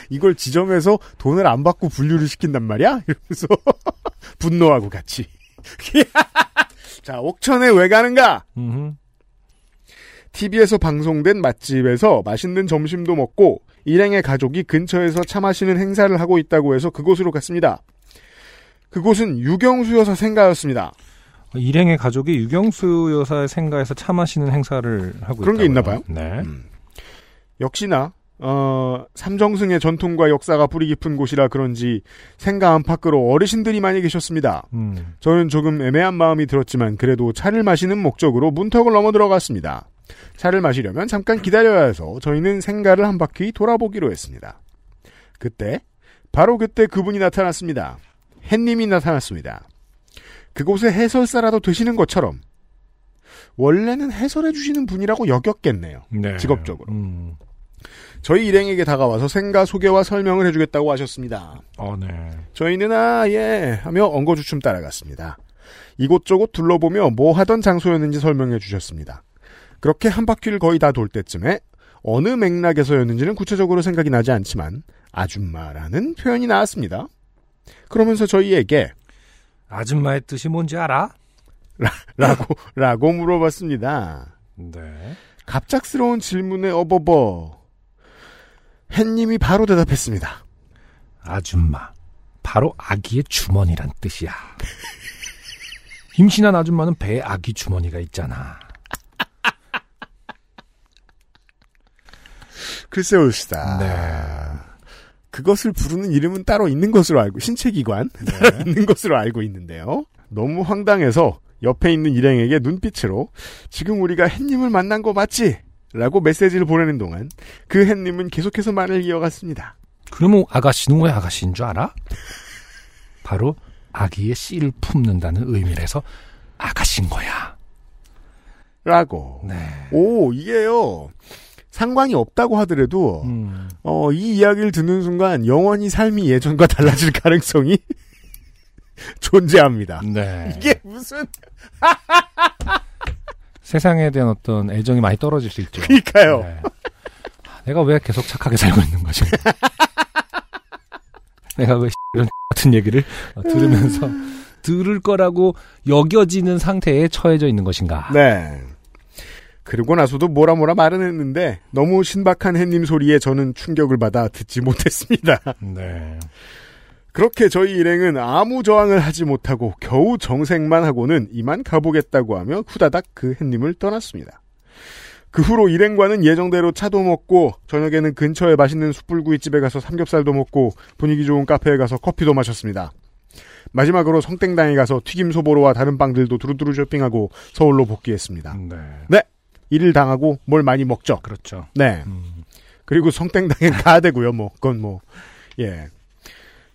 A: 이걸 지점에서 돈을 안 받고 분류를 시킨단 말이야? 이러면서 분노하고 같이. 자, 옥천에 왜 가는가?
B: 음흠.
A: TV에서 방송된 맛집에서 맛있는 점심도 먹고 일행의 가족이 근처에서 차 마시는 행사를 하고 있다고 해서 그곳으로 갔습니다. 그곳은 유경수 여사 생가였습니다.
B: 일행의 가족이 유경수 여사의 생가에서 차 마시는 행사를 하고
A: 그런
B: 있다고요.
A: 게 있나 봐요.
B: 네.
A: 역시나 어, 삼정승의 전통과 역사가 뿌리 깊은 곳이라 그런지 생가 안팎으로 어르신들이 많이 계셨습니다.
B: 음.
A: 저는 조금 애매한 마음이 들었지만 그래도 차를 마시는 목적으로 문턱을 넘어 들어갔습니다. 차를 마시려면 잠깐 기다려야 해서 저희는 생가를 한 바퀴 돌아보기로 했습니다. 그때 바로 그때 그분이 나타났습니다. 햇님이 나타났습니다. 그곳의 해설사라도 되시는 것처럼 원래는 해설해 주시는 분이라고 여겼겠네요.
B: 네.
A: 직업적으로.
B: 음.
A: 저희 일행에게 다가와서 생가 소개와 설명을 해주겠다고 하셨습니다.
B: 어, 네.
A: 저희는 아, 예, 하며 엉거주춤 따라갔습니다. 이곳저곳 둘러보며 뭐 하던 장소였는지 설명해 주셨습니다. 그렇게 한 바퀴를 거의 다 돌 때쯤에 어느 맥락에서였는지는 구체적으로 생각이 나지 않지만 아줌마라는 표현이 나왔습니다. 그러면서 저희에게
B: 아줌마의 뜻이 뭔지 알아?
A: 라고 라고 물어봤습니다.
B: 네.
A: 갑작스러운 질문에 어버버 햇님이 바로 대답했습니다.
B: 아줌마. 바로 아기의 주머니란 뜻이야. 임신한 아줌마는 배에 아기 주머니가 있잖아.
A: 글쎄요, 시다.
B: 네.
A: 그것을 부르는 이름은 따로 있는 것으로 알고 신체기관
B: 네.
A: 따로 있는 것으로 알고 있는데요. 너무 황당해서 옆에 있는 일행에게 눈빛으로 지금 우리가 햇님을 만난 거 맞지? 라고 메시지를 보내는 동안 그 햇님은 계속해서 말을 이어갔습니다.
B: 그러면 아가씨는 왜 아가씨인 줄 알아? 바로 아기의 씨를 품는다는 의미라서 아가씨인 거야.
A: 라고.
B: 네.
A: 오, 이게요. 상관이 없다고 하더라도
B: 음.
A: 어, 이 이야기를 듣는 순간 영원히 삶이 예전과 달라질 가능성이 존재합니다.
B: 네.
A: 이게 무슨
B: 세상에 대한 어떤 애정이 많이 떨어질 수 있죠.
A: 그니까요.
B: 네. 내가 왜 계속 착하게 살고 있는 거지? 내가 왜 이런 같은 얘기를 어, 들으면서 들을 거라고 여겨지는 상태에 처해져 있는 것인가?
A: 네. 그리고 나서도 뭐라 뭐라 말은 했는데 너무 신박한 햇님 소리에 저는 충격을 받아 듣지 못했습니다.
B: 네.
A: 그렇게 저희 일행은 아무 저항을 하지 못하고 겨우 정색만 하고는 이만 가보겠다고 하며 후다닥 그 햇님을 떠났습니다. 그 후로 일행과는 예정대로 차도 먹고 저녁에는 근처에 맛있는 숯불구이집에 가서 삼겹살도 먹고 분위기 좋은 카페에 가서 커피도 마셨습니다. 마지막으로 성땡당에 가서 튀김 소보로와 다른 빵들도 두루두루 쇼핑하고 서울로 복귀했습니다.
B: 네.
A: 일을 당하고 뭘 많이 먹죠.
B: 그렇죠.
A: 네.
B: 음.
A: 그리고 성땡당엔 가야 되고요. 뭐 그건 뭐 예.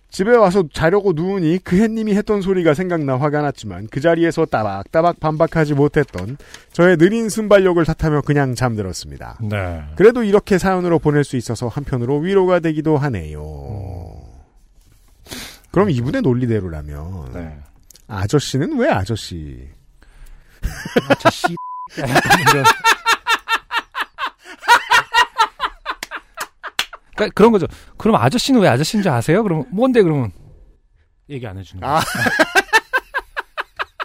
A: 집에 와서 자려고 누우니 그 햇님이 했던 소리가 생각나 화가 났지만 그 자리에서 따박따박 반박하지 못했던 저의 느린 순발력을 탓하며 그냥 잠들었습니다.
B: 네.
A: 그래도 이렇게 사연으로 보낼 수 있어서 한편으로 위로가 되기도 하네요. 그럼 이분의 논리대로라면
B: 네.
A: 아저씨는 왜 아저씨?
B: 아, 저 씨. 이런. 그러니까 그런 거죠. 그럼 아저씨는 왜 아저씨인 줄 아세요? 그럼 뭔데 그러면 얘기 안 해주는 거예요.
A: 아.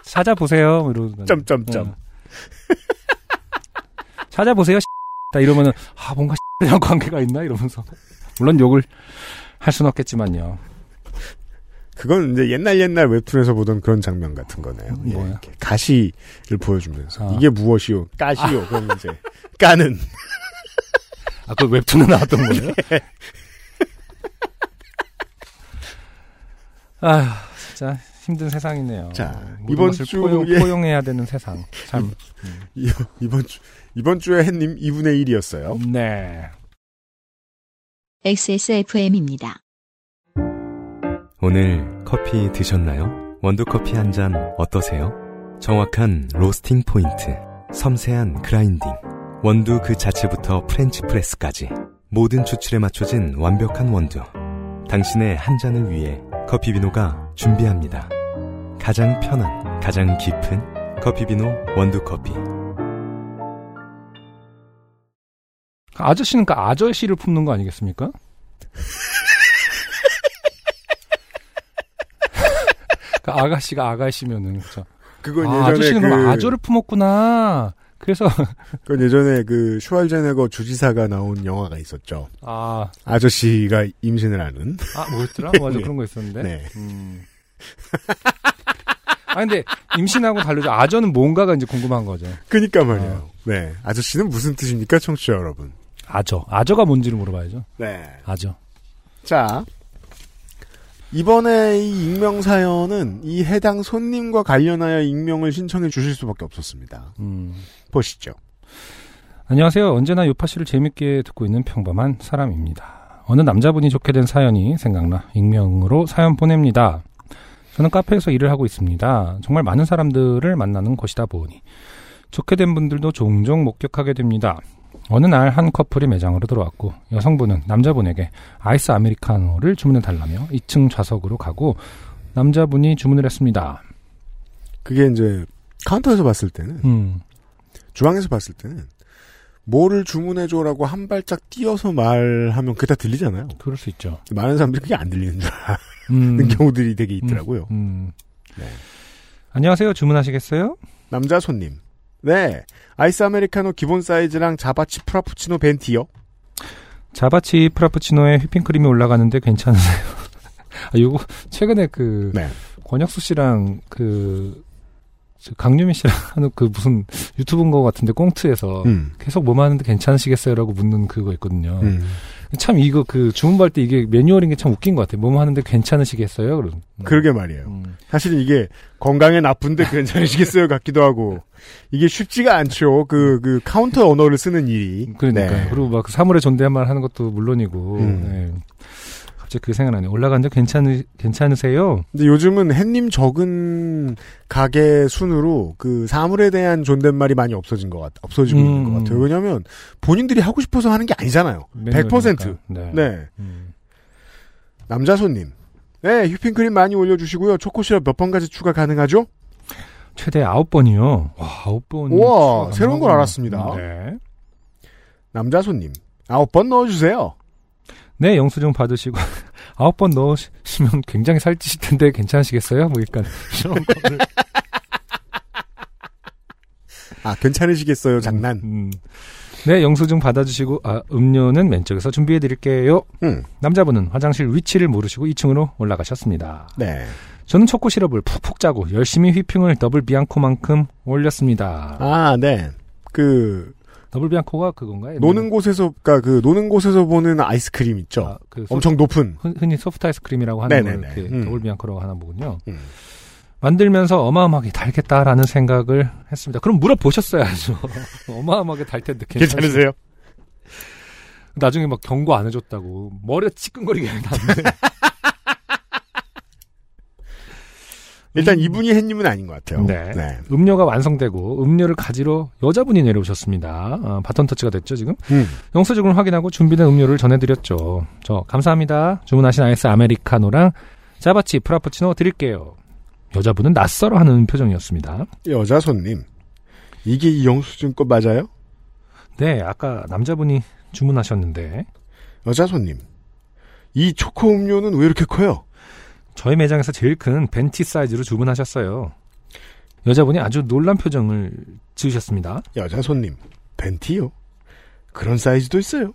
B: 찾아보세요. 뭐 이러고
A: 점점점.
B: 어. 네. 찾아보세요. 다 이러면은 아 뭔가 이랑 관계가 있나 이러면서 물론 욕을 할 수는 없겠지만요.
A: 그건 이제 옛날 옛날 웹툰에서 보던 그런 장면 같은 거네요. 예,
B: 뭐요?
A: 이렇게 가시를 보여주면서
B: 음, 아.
A: 이게 무엇이요? 까시요. 그럼 이제 까는
B: 아그 웹툰에 나왔던 거예요?
A: 네.
B: 아 진짜 힘든 세상이네요.
A: 자,
B: 모든
A: 이번
B: 것을
A: 주에-
B: 포용, 포용해야 되는 세상. 참.
A: 이- 이번 주 이번 주에 햇님 2분의 1이었어요.
B: 네.
D: XSFM입니다.
G: 오늘 커피 드셨나요? 원두커피 한 잔 어떠세요? 정확한 로스팅 포인트, 섬세한 그라인딩, 원두 그 자체부터 프렌치 프레스까지 모든 추출에 맞춰진 완벽한 원두. 당신의 한 잔을 위해 커피비노가 준비합니다. 가장 편한, 가장 깊은 커피비노 원두커피.
B: 아저씨는 그 아저씨를 품는 거 아니겠습니까? 그 아가씨가 아가씨면은 그렇죠.
A: 그건
B: 아,
A: 예전에
B: 아저씨는 그럼
A: 그
B: 아저를 품었구나. 그래서
A: 그건 예전에 그 슈왈제네거 주지사가 나온 영화가 있었죠.
B: 아,
A: 아저씨가 임신을 하는.
B: 아 뭐였더라? 맞아
A: 네.
B: 그런 거 있었는데.
A: 네.
B: 음. 아 근데 임신하고 다르죠. 아저는 뭔가가 이제 궁금한 거죠.
A: 그니까 말이에요. 네. 아저씨는 무슨 뜻입니까, 청취자 여러분?
B: 아저, 아저가 뭔지를 물어봐야죠.
A: 네.
B: 아저.
A: 자, 이번에 이 익명 사연은 이 해당 손님과 관련하여 익명을 신청해 주실 수밖에 없었습니다.
B: 음.
A: 보시죠.
B: 안녕하세요. 언제나 요파 씨를 재밌게 듣고 있는 평범한 사람입니다. 어느 남자분이 좋게 된 사연이 생각나 익명으로 사연 보냅니다. 저는 카페에서 일을 하고 있습니다. 정말 많은 사람들을 만나는 곳이다 보니 좋게 된 분들도 종종 목격하게 됩니다. 어느 날 한 커플이 매장으로 들어왔고 여성분은 남자분에게 아이스 아메리카노를 주문해 달라며 2층 좌석으로 가고 남자분이 주문을 했습니다.
A: 그게 이제 카운터에서 봤을 때는
B: 음,
A: 주방에서 봤을 때는 뭐를 주문해줘라고 한 발짝 뛰어서 말하면 그게 다 들리잖아요.
B: 그럴 수 있죠.
A: 많은 사람들이 그게 안 들리는 줄
B: 음.
A: 아는 경우들이 되게 있더라고요.
B: 음.
A: 네.
B: 안녕하세요. 주문하시겠어요?
A: 남자 손님. 네. 아이스 아메리카노 기본 사이즈랑 자바치 프라푸치노 벤티요.
B: 어. 자바치 프라푸치노에 휘핑크림이 올라가는데 괜찮으세요? 아, 요거 최근에 그
A: 네.
B: 권혁수 씨랑 그저 강유미 씨랑 하는 그 무슨 유튜브인 것 같은데 꽁트에서
A: 음.
B: 계속 뭐 하는데 괜찮으시겠어요라고 묻는 그거 있거든요. 참 이거 그 주문 받을 때 이게 매뉴얼인 게 참 웃긴 것 같아요. 뭐 하는데 괜찮으시겠어요? 그럼.
A: 그러게 말이에요.
B: 음.
A: 사실 이게 건강에 나쁜데 괜찮으시겠어요 같기도 하고 이게 쉽지가 않죠. 그, 그 카운터 언어를 쓰는 일이.
B: 그러니까 요
A: 네.
B: 그리고 막 사물의 존재말 하는 것도 물론이고
A: 음.
B: 네. 갑자기 그게 생각나네. 요 올라간데 괜찮으 괜찮으세요?
A: 근데 요즘은 햇님 적은 가게 순으로 그 사물에 대한 존댓말이 많이 없어진 것 같, 없어지고 있는
B: 음.
A: 것 같아요. 왜냐면 본인들이 하고 싶어서 하는 게 아니잖아요. 100%.
B: 매뉴얼이니까. 네.
A: 네.
B: 음.
A: 남자 손님. 네, 휴핑크림 많이 올려주시고요. 초코시럽 몇 번까지 추가 가능하죠?
B: 최대 9번이요. 와, 9번.
A: 우와, 새로운 걸 알았습니다.
B: 네.
A: 남자 손님. 아홉 번 넣어주세요.
B: 네, 영수증 받으시고 9번 넣으시면 굉장히 살찌실 텐데 괜찮으시겠어요? 뭐 약간 이런 거를
A: 아, 괜찮으시겠어요, 장난.
B: 음. 네, 영수증 받아주시고 아, 음료는 왼쪽에서 준비해 드릴게요.
A: 음.
B: 남자분은 화장실 위치를 모르시고 2층으로 올라가셨습니다.
A: 네.
B: 저는 초코 시럽을 푹푹 짜고 열심히 휘핑을 더블 비앙코만큼 올렸습니다.
A: 아, 네. 그,
B: 더블 비앙코가 그건가요?
A: 노는 곳에서, 그니까 그, 노는 곳에서 보는 아이스크림 있죠.
B: 아, 그 소-
A: 엄청 높은.
B: 흔- 흔히 소프트 아이스크림이라고 하는 걸
A: 네네네.
B: 이렇게
A: 음.
B: 더블 비앙코라고 하나 보군요.
A: 음.
B: 만들면서 어마어마하게 달겠다라는 생각을 했습니다. 그럼 물어보셨어야죠. 어마어마하게 달 텐데 괜찮으세요?
A: 괜찮으세요?
B: 나중에 막 경고 안 해줬다고 머리가 찌끈거리게 나는데
A: 일단 이분이 햇님은 아닌 것 같아요.
B: 음. 네. 음료가 완성되고 음료를 가지러 여자분이 내려오셨습니다. 아, 바톤 터치가 됐죠 지금?
A: 음.
B: 영수증을 확인하고 준비된 음료를 전해드렸죠. 저 감사합니다. 주문하신 아이스 아메리카노랑 자바치 프라푸치노 드릴게요. 여자분은 낯설어하는 표정이었습니다.
A: 여자 손님. 이게 이 영수증 거 맞아요?
B: 네, 아까 남자분이 주문하셨는데
A: 여자 손님. 이 초코 음료는 왜 이렇게 커요?
B: 저희 매장에서 제일 큰 벤티 사이즈로 주문하셨어요. 여자분이 아주 놀란 표정을 지으셨습니다.
A: 여자 손님, 벤티요? 그런 사이즈도 있어요.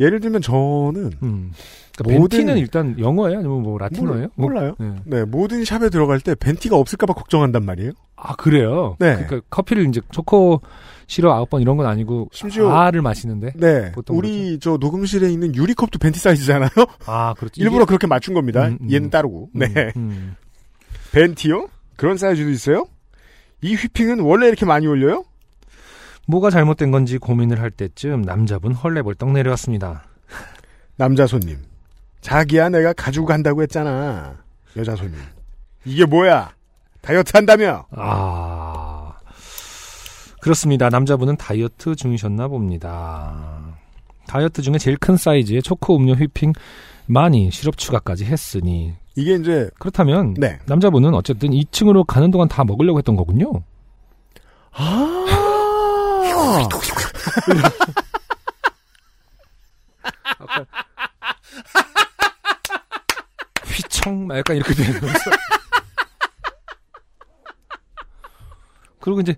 A: 예를 들면 저는
B: 음. 그러니까
A: 모든-
B: 벤티는 일단 영어예요? 아니면 뭐 라틴어예요? 뭐-
A: 몰라, 요
B: 네.
A: 네, 모든 샵에 들어갈 때 벤티가 없을까봐 걱정한단 말이에요.
B: 아 그래요?
A: 네.
B: 그러니까 커피를 이제 초코 시럽 아홉 번 이런 건 아니고
A: 심지어-
B: 아를 마시는데
A: 네,
B: 보통 그렇죠.
A: 우리 저 녹음실에 있는 유리컵도 벤티 사이즈잖아요.
B: 아 그렇죠.
A: 예. 일부러 그렇게 맞춘 겁니다.
B: 음, 음.
A: 얘는 따르고.
B: 이게-
A: 네,
B: 음, 음.
A: 벤티요? 그런 사이즈도 있어요? 이 휘핑은 원래 이렇게 많이 올려요?
B: 뭐가 잘못된 건지 고민을 할 때쯤 남자분 헐레벌떡 내려왔습니다.
A: 남자 손님, 자기야 내가 가지고 간다고 했잖아. 여자 손님, 이게 뭐야? 다이어트 한다며?
B: 아 그렇습니다. 남자분은 다이어트 중이셨나 봅니다. 다이어트 중에 제일 큰 사이즈의 초코 음료 휘핑 많이 시럽 추가까지 했으니
A: 이게 이제
B: 그렇다면
A: 네.
B: 남자분은 어쨌든 2층으로 가는 동안 다 먹으려고 했던 거군요.
A: 아.
B: 휘청 막 약간 이렇게 되는 거죠. 그리고 이제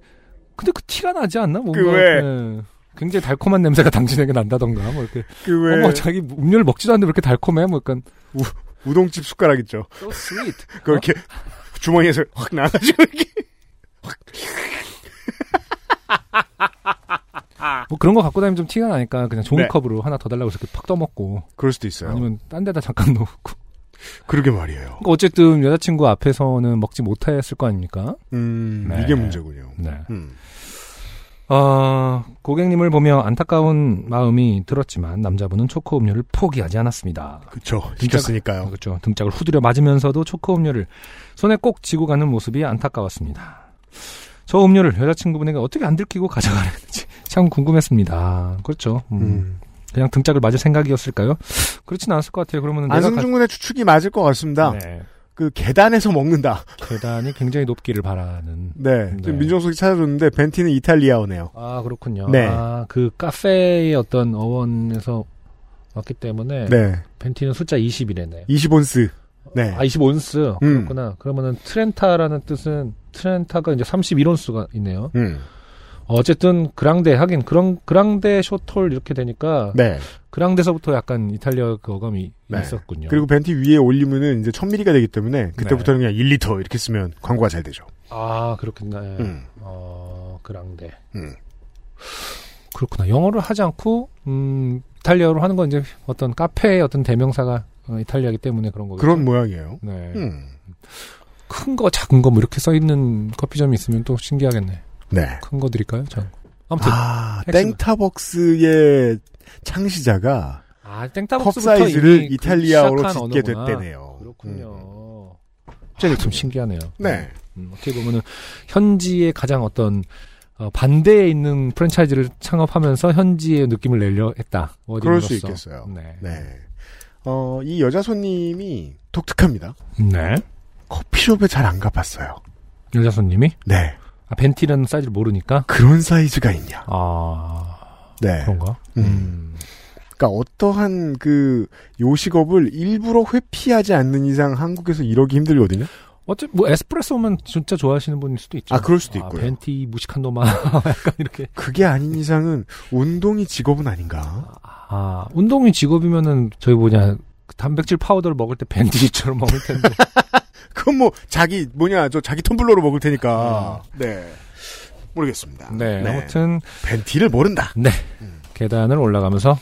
B: 근데 그 티가 나지 않나? 뭔가
A: 그 왜?
B: 예, 굉장히 달콤한 냄새가 당신에게 난다던가 뭐 이렇게
A: 그 왜
B: 어머 자기 음료를 먹지도 않는데 왜 이렇게 달콤해? 뭐 약간
A: 우동집 숟가락 있죠.
B: so sweet. 어?
A: 그 이렇게 주머니에서 확 나가지고 이렇게
B: 뭐 그런 거 갖고 다니면 좀 티가 나니까 그냥
A: 네.
B: 종이컵으로 하나 더 달라고 해서 이렇게 팍 떠먹고
A: 그럴 수도 있어요.
B: 아니면 딴 데다 잠깐 놓고
A: 그러게 말이에요.
B: 그러니까 어쨌든 여자친구 앞에서는 먹지 못했을 거 아닙니까?
A: 음,
B: 네.
A: 이게 문제군요.
B: 네.
A: 음.
B: 어, 고객님을 보며 안타까운 마음이 들었지만 남자분은 초코 음료를 포기하지 않았습니다.
A: 그쵸. 시켰으니까요.
B: 그렇죠. 등짝을 후드려 맞으면서도 초코 음료를 손에 꼭 쥐고 가는 모습이 안타까웠습니다. 저 음료를 여자친구분에게 어떻게 안 들키고 가져가는지 참 궁금했습니다. 그렇죠. 음,
A: 음.
B: 그냥 등짝을 맞을 생각이었을까요? 그렇진 않았을 것 같아요. 그러면 내가
A: 안승준 군의 추측이 맞을 것
B: 가...
A: 같습니다.
B: 네.
A: 그 계단에서 먹는다.
B: 계단이 굉장히 높기를 바라는.
A: 네.
B: 네.
A: 지금 민정수석이 찾아줬는데 벤티는 이탈리아어네요.
B: 아 그렇군요.
A: 네.
B: 아, 그 카페의 어떤 어원에서 왔기 때문에
A: 네.
B: 벤티는 숫자 20이래네요.
A: 20온스. 네.
B: 아 20온스
A: 음.
B: 그렇구나. 그러면은 트렌타라는 뜻은 트렌타가 이제 31온스가 있네요.
A: 음.
B: 어쨌든 그랑데 하긴 그런 그랑데 쇼톨 이렇게 되니까
A: 네.
B: 아, 그랑데서부터 약간 이탈리아 그 어감이
A: 네.
B: 있었군요.
A: 그리고 벤티 위에 올리면은 이제 1000ml가 되기 때문에
B: 네.
A: 그때부터는 그냥 1리터 이렇게 쓰면 광고가 잘 되죠.
B: 아 그렇겠네.
A: 음.
B: 어 그랑데.
A: 음.
B: 그렇구나. 영어를 하지 않고 음 이탈리아어로 하는 건 이제 어떤 카페의 어떤 대명사가 어, 이탈리아이기 때문에 그런 거겠죠.
A: 그런 모양이에요.
B: 네.
A: 음.
B: 큰 거, 작은 거 뭐 이렇게 써 있는 커피점이 있으면 또 신기하겠네.
A: 네.
B: 큰 거 드릴까요? 전. 아무튼
A: 아,
B: 핵심.
A: 땡타벅스의 창시자가
B: 아,
A: 컵
B: 땡따벅스부터
A: 사이즈를
B: 이미 그
A: 이탈리아어로
B: 시작한
A: 짓게
B: 언어구나.
A: 됐대네요. 음.
B: 그렇군요. 갑자기 좀 신기하네요.
A: 네.
B: 음, 어떻게 보면은 현지의 가장 어떤 어, 반대에 있는 프랜차이즈를 창업하면서 현지의 느낌을 내려 했다.
A: 그럴
B: 워딩으로써.
A: 수 있겠어요.
B: 네.
A: 네. 어, 이 여자 손님이 독특합니다.
B: 네.
A: 커피숍에 잘 안 가봤어요.
B: 여자 손님이
A: 네.
B: 아, 벤티라는 사이즈를 모르니까
A: 그런 사이즈가 있냐.
B: 아
A: 네.
B: 그런가?
A: 음. 그러니까 어떠한 그 요식업을 일부러 회피하지 않는 이상 한국에서 이러기 힘들거든요.
B: 어째 뭐 에스프레소면 진짜 좋아하시는 분일 수도 있죠.
A: 아, 그럴 수도 있고요.
B: 벤티 무식한 놈아 약간 이렇게.
A: 그게 아닌 이상은 운동이 직업은 아닌가.
B: 아 운동이 직업이면은 저희 뭐냐 그 단백질 파우더를 먹을 때 벤티처럼 먹을 텐데.
A: 그건 뭐 자기 뭐냐 저 자기 텀블러로 먹을 테니까. 네. 모르겠습니다.
B: 음. 네, 아무튼
A: 벤티를 모른다.
B: 계단을 올라가면서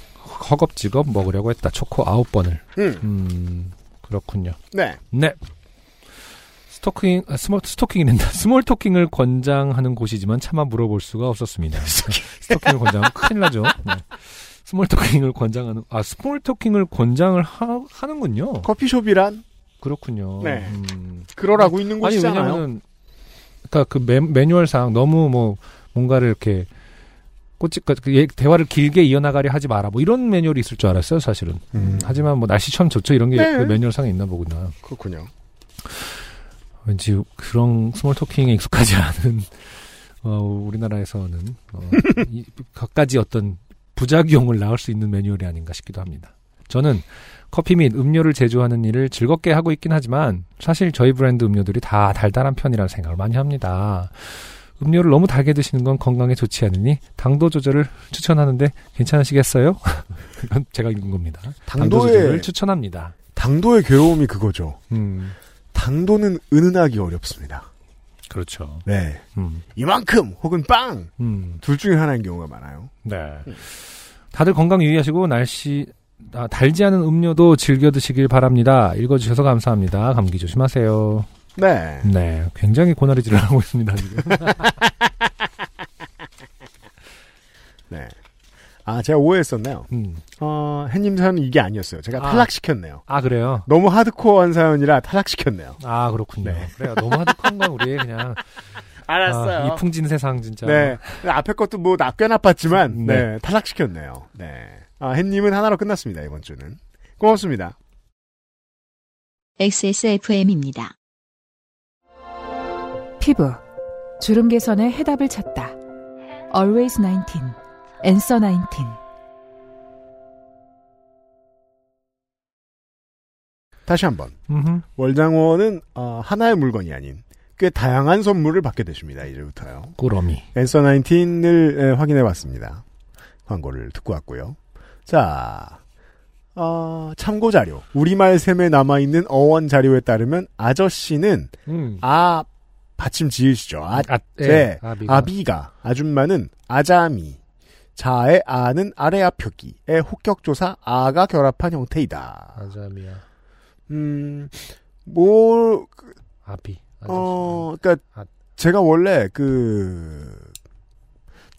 B: 허겁지겁 먹으려고 했다. 초코 아홉 번을.
A: 음.
B: 음 그렇군요.
A: 네.
B: 네. 스토킹, 아, 스몰, 스토킹이 된다. 스몰 토킹을 권장하는 곳이지만 차마 물어볼 수가 없었습니다. 스토킹을 권장하면 큰일 나죠. 네. 스몰 토킹을 권장하는, 아, 스몰 토킹을 권장을 하, 하는군요.
A: 커피숍이란
B: 그렇군요.
A: 네.
B: 음.
A: 그러라고 있는
B: 아니,
A: 곳이잖아요.
B: 왜냐면은, 그니까 그 매, 매뉴얼상 너무 뭐, 뭔가를 이렇게, 꼬치, 그, 그 얘- 대화를 길게 이어나가려 하지 마라. 뭐 이런 매뉴얼이 있을 줄 알았어요, 사실은.
A: 음,
B: 하지만 뭐 날씨 참 좋죠. 이런 게
A: 네.
B: 그 매뉴얼상에 있나 보구나.
A: 그렇군요.
B: 왠지 그런 스몰 토킹에 익숙하지 않은 어, 우리나라에서는 어, 이, 갖가지 어떤 부작용을 낳을 수 있는 매뉴얼이 아닌가 싶기도 합니다. 저는 커피 및 음료를 제조하는 일을 즐겁게 하고 있긴 하지만 사실 저희 브랜드 음료들이 다 달달한 편이라는 생각을 많이 합니다. 음료를 너무 달게 드시는 건 건강에 좋지 않으니 당도 조절을 추천하는데 괜찮으시겠어요? 이건 제가 읽은 겁니다. 당도
A: 당도의
B: 조절을 추천합니다.
A: 당도의 괴로움이 그거죠.
B: 음,
A: 당도는 은은하기 어렵습니다.
B: 그렇죠.
A: 네.
B: 음,
A: 이만큼 혹은 빵!
B: 음.
A: 둘 중에 하나인 경우가 많아요.
B: 네. 다들 건강 유의하시고 날씨 아, 달지 않은 음료도 즐겨 드시길 바랍니다. 읽어주셔서 감사합니다. 감기 조심하세요.
A: 네.
B: 네, 굉장히 고나리질을 하고 있습니다. 지금.
A: 네. 아, 제가 오해했었네요.
B: 음.
A: 어, 햇님 사연은 이게 아니었어요. 제가
B: 아.
A: 탈락시켰네요.
B: 아 그래요?
A: 너무 하드코어한 사연이라 탈락시켰네요.
B: 아 그렇군요. 그래요. 너무 하드한 건 우리의 그냥 아, 이 풍진 세상 진짜.
A: 네. 근데 앞에 것도 뭐, 나, 꽤 나빴지만, 네.
B: 네.
A: 탈락시켰네요. 네. 아, 햇님은 하나로 끝났습니다, 이번 주는. 고맙습니다.
D: XSFM입니다.
E: 피부 주름 개선의 해답을 찾다. Always 19. Answer 19.
A: 다시 한 번.
B: 음흠.
A: 월장원은, 어, 하나의 물건이 아닌, 꽤 다양한 선물을 받게 되십니다, 이제부터요.
B: 꾸러미.
A: 엔서 19을 확인해 봤습니다. 광고를 듣고 왔고요. 자, 어, 참고 자료. 우리말 셈에 남아 있는 어원 자료에 따르면 아저씨는
B: 음.
A: 아 받침 지으시죠. 아,
B: 아,
A: 제,
B: 아비가.
A: 아비가, 아줌마는 아자미, 자의 아는 아래 앞표기의 혹격조사 아가 결합한 형태이다.
B: 아자미야.
A: 음, 뭐,
B: 아비. 아저씨.
A: 어, 그니까,
B: 아.
A: 제가 원래, 그,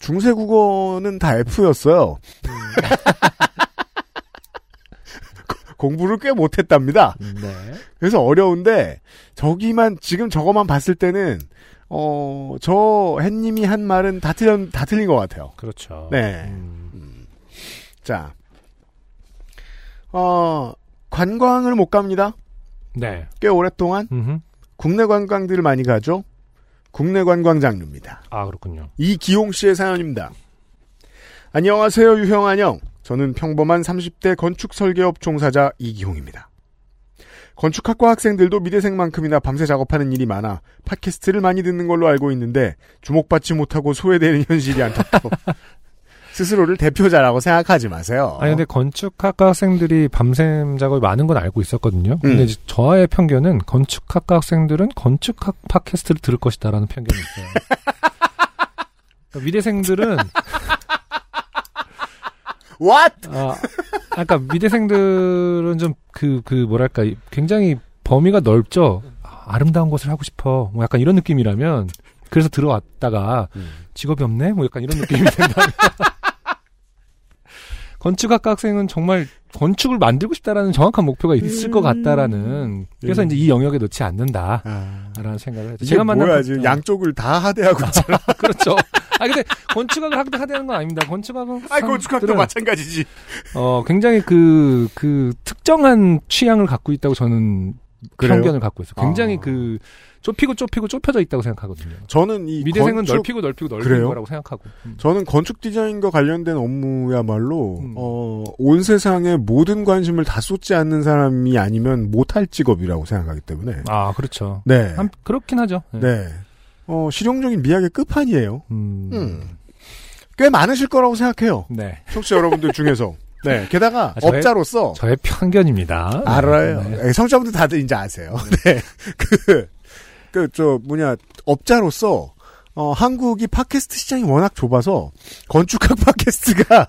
A: 중세 국어는 다 F였어요.
B: 음.
A: 공부를 꽤 못했답니다.
B: 네.
A: 그래서 어려운데, 저기만, 지금 저거만 봤을 때는, 어, 저, 햇님이 한 말은 다 틀린, 다 틀린 것 같아요.
B: 그렇죠.
A: 네.
B: 음.
A: 자. 어, 관광을 못 갑니다.
B: 네.
A: 꽤 오랫동안
B: 음흠.
A: 국내 관광들을 많이 가죠. 국내 관광 장르입니다.
B: 아 그렇군요.
A: 이기용 씨의 사연입니다. 안녕하세요, 유형 안녕. 저는 평범한 30대 건축 설계업 종사자 이기용입니다. 건축학과 학생들도 미대생만큼이나 밤새 작업하는 일이 많아 팟캐스트를 많이 듣는 걸로 알고 있는데 주목받지 못하고 소외되는 현실이 안타까워. 스스로를 대표자라고 생각하지 마세요.
B: 아니 근데 건축학과 학생들이 밤샘 작업이 많은 건 알고 있었거든요. 근데
A: 음.
B: 이제 저의 편견은 건축학과 학생들은 건축학 팟캐스트를 들을 것이다라는 편견이 있어요. 그러니까 미대생들은
A: What?
B: 아, 아까 미대생들은 좀 그 그 뭐랄까 이- 굉장히 범위가 넓죠. 아, 아름다운 것을 하고 싶어. 뭐 약간 이런 느낌이라면 그래서 들어왔다가
A: 음.
B: 직업이 없네. 뭐 약간 이런 느낌이 된다. 건축학과 학생은 정말 건축을 만들고 싶다라는 정확한 목표가 있을 것 같다라는 그래서
A: 음.
B: 이제 이 영역에 놓지 않는다라는
A: 아,
B: 생각을 했죠.
A: 이게 뭐야
B: 건-
A: 지금
B: 어,
A: 양쪽을 다 하대하고 있잖아.
B: 그렇죠. 아 근데 건축학을 하되 하대는 건 아닙니다. 건축학은
A: 아, 건축학도
B: 사람들은
A: 마찬가지지.
B: 어, 굉장히 그, 그, 특정한 취향을 갖고 있다고 저는
A: 그래요?
B: 편견을 갖고 있어요. 굉장히
A: 아.
B: 그, 좁히고 좁히고 좁혀져 있다고 생각하거든요.
A: 저는 이
B: 미대생은
A: 건축-
B: 넓히고 넓히고 넓힌
A: 그래요?
B: 거라고 생각하고. 음.
A: 저는 건축 디자인과 관련된 업무야말로
B: 음.
A: 어, 온 세상에 모든 관심을 다 쏟지 않는 사람이 아니면 못할 직업이라고 생각하기 때문에
B: 아, 그렇죠.
A: 네,
B: 한- 그렇긴 하죠. 네.
A: 네, 어, 실용적인 미학의 끝판이에요.
B: 음.
A: 음. 꽤 많으실 거라고 생각해요.
B: 네.
A: 청취 자 여러분들 중에서 네, 게다가
B: 아, 저의-
A: 업자로서
B: 저의 편견입니다.
A: 알아요.
B: 네.
A: 네, 성취자분들 다들 이제 아세요. 네. 그, 그, 저, 뭐냐, 업자로서, 어, 한국이 팟캐스트 시장이 워낙 좁아서, 건축학 팟캐스트가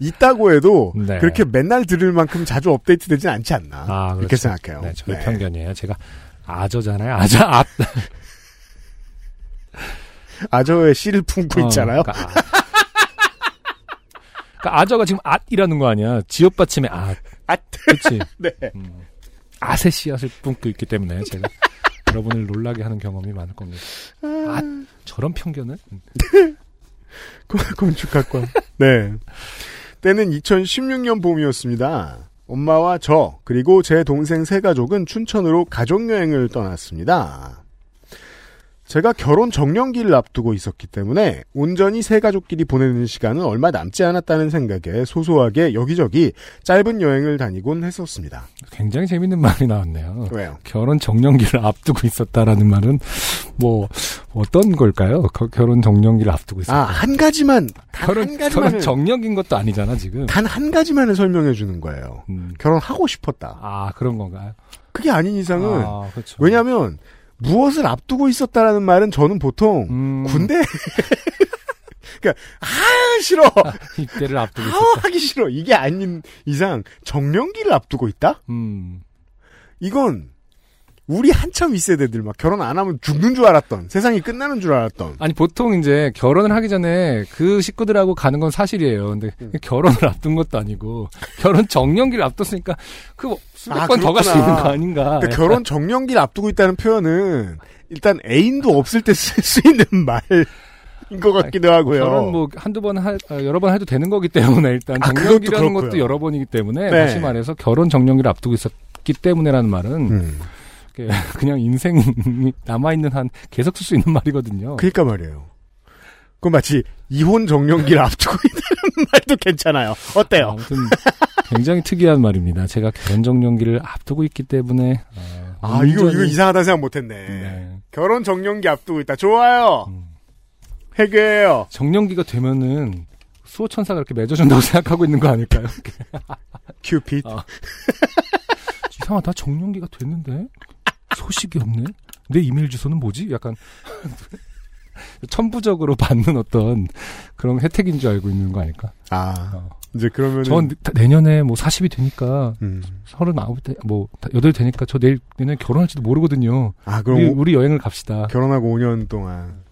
A: 있다고 해도,
B: 네.
A: 그렇게 맨날 들을 만큼 자주 업데이트 되진 않지 않나.
B: 아, 그렇죠.
A: 이렇게 생각해요.
B: 네, 저의
A: 네.
B: 편견이에요. 제가 아저잖아요. 아저, 앞.
A: 아저의 씨를 품고
B: 어,
A: 있잖아요.
B: 그러니까 아. 그러니까 아저가 지금 앗이라는 거 아니야. 지역 받침의 앗.
A: 앗.
B: 그치.
A: 네.
B: 아세 씨앗을 뿜고 있기 때문에 제가 여러분을 놀라게 하는 경험이 많을 겁니다. 아, 저런 편견을? 음.
A: 건- 건축학과. 네. 때는 2016년 봄이었습니다. 엄마와 저, 그리고 제 동생 세 가족은 춘천으로 가족여행을 떠났습니다. 제가 결혼 정년기를 앞두고 있었기 때문에 온전히 세 가족끼리 보내는 시간은 얼마 남지 않았다는 생각에 소소하게 여기저기 짧은 여행을 다니곤 했었습니다.
B: 굉장히 재밌는 말이 나왔네요.
A: 왜요?
B: 결혼 정년기를 앞두고 있었다라는 말은 뭐 어떤 걸까요? 거- 결혼 정년기를 앞두고
A: 아,
B: 있었다.
A: 한 가지만, 단
B: 결혼,
A: 한 가지만,
B: 결혼 정년기인 것도 아니잖아 지금.
A: 단 한 가지만을 설명해 주는 거예요.
B: 음.
A: 결혼하고 싶었다.
B: 아 그런 건가요?
A: 그게 아닌 이상은
B: 아, 그렇죠.
A: 음. 왜냐하면 무엇을 앞두고 있었다라는 말은 저는 보통
B: 음,
A: 군대 그러니까 아 싫어
B: 입대를 앞두고
A: 아우
B: 있었다.
A: 하기 싫어 이게 아닌 이상 정년기를 앞두고 있다
B: 음.
A: 이건 우리 한참 2세대들 막 결혼 안 하면 죽는 줄 알았던 세상이 끝나는 줄 알았던
B: 아니 보통 이제 결혼을 하기 전에 그 식구들하고 가는 건 사실이에요. 근데
A: 음.
B: 결혼을 앞둔 것도 아니고 결혼 정년기를 앞뒀으니까 그
A: 아,
B: 수백 번 더 갈 수 있는
A: 그렇구나.
B: 거 아닌가? 네.
A: 그러니까 결혼 정년기를 앞두고 있다는 표현은 일단 애인도 없을 때 쓸 수 있는 말인 것 같기도 하고요
B: 결혼 뭐 한두 번 하- 어, 여러 번 해도 되는 거기 때문에 일단
A: 아,
B: 정년기라는
A: 그것도
B: 것도,
A: 그렇고요.
B: 여러 번이기 때문에
A: 네.
B: 다시 말해서 결혼 정년기를 앞두고 있었기 때문에라는 말은
A: 음,
B: 그냥 인생이 남아 있는 한 계속 쓸 수 있는 말이거든요.
A: 그러니까 말이에요 그건 마치 이혼 정년기를 앞두고 있다는 말도 괜찮아요 어때요
B: 아무튼 굉장히 특이한 말입니다. 제가 결혼 정년기를 앞두고 있기 때문에 어,
A: 아, 이거, 이거
B: 온전히-
A: 이상하다 생각 못했네.
B: 네.
A: 결혼 정년기 앞두고 있다. 좋아요.
B: 음.
A: 해결해요.
B: 정년기가 되면은 수호천사가 이렇게 맺어준다고 생각하고 있는 거 아닐까요?
A: 큐핏.
B: 아. 이상하다. 정년기가 됐는데 소식이 없네. 내 이메일 주소는 뭐지? 약간 천부적으로 받는 어떤 그런 혜택인 줄 알고 있는 거 아닐까?
A: 아,
B: 어.
A: 이제 그러면
B: 전 내- 내년에 뭐 40이 되니까
A: 음.
B: 39, 대- 뭐 8이 되니까 저 내일 내년에 결혼할지도 모르거든요.
A: 아, 그럼
B: 우리,
A: 오-
B: 우리 여행을 갑시다.
A: 결혼하고 5년 동안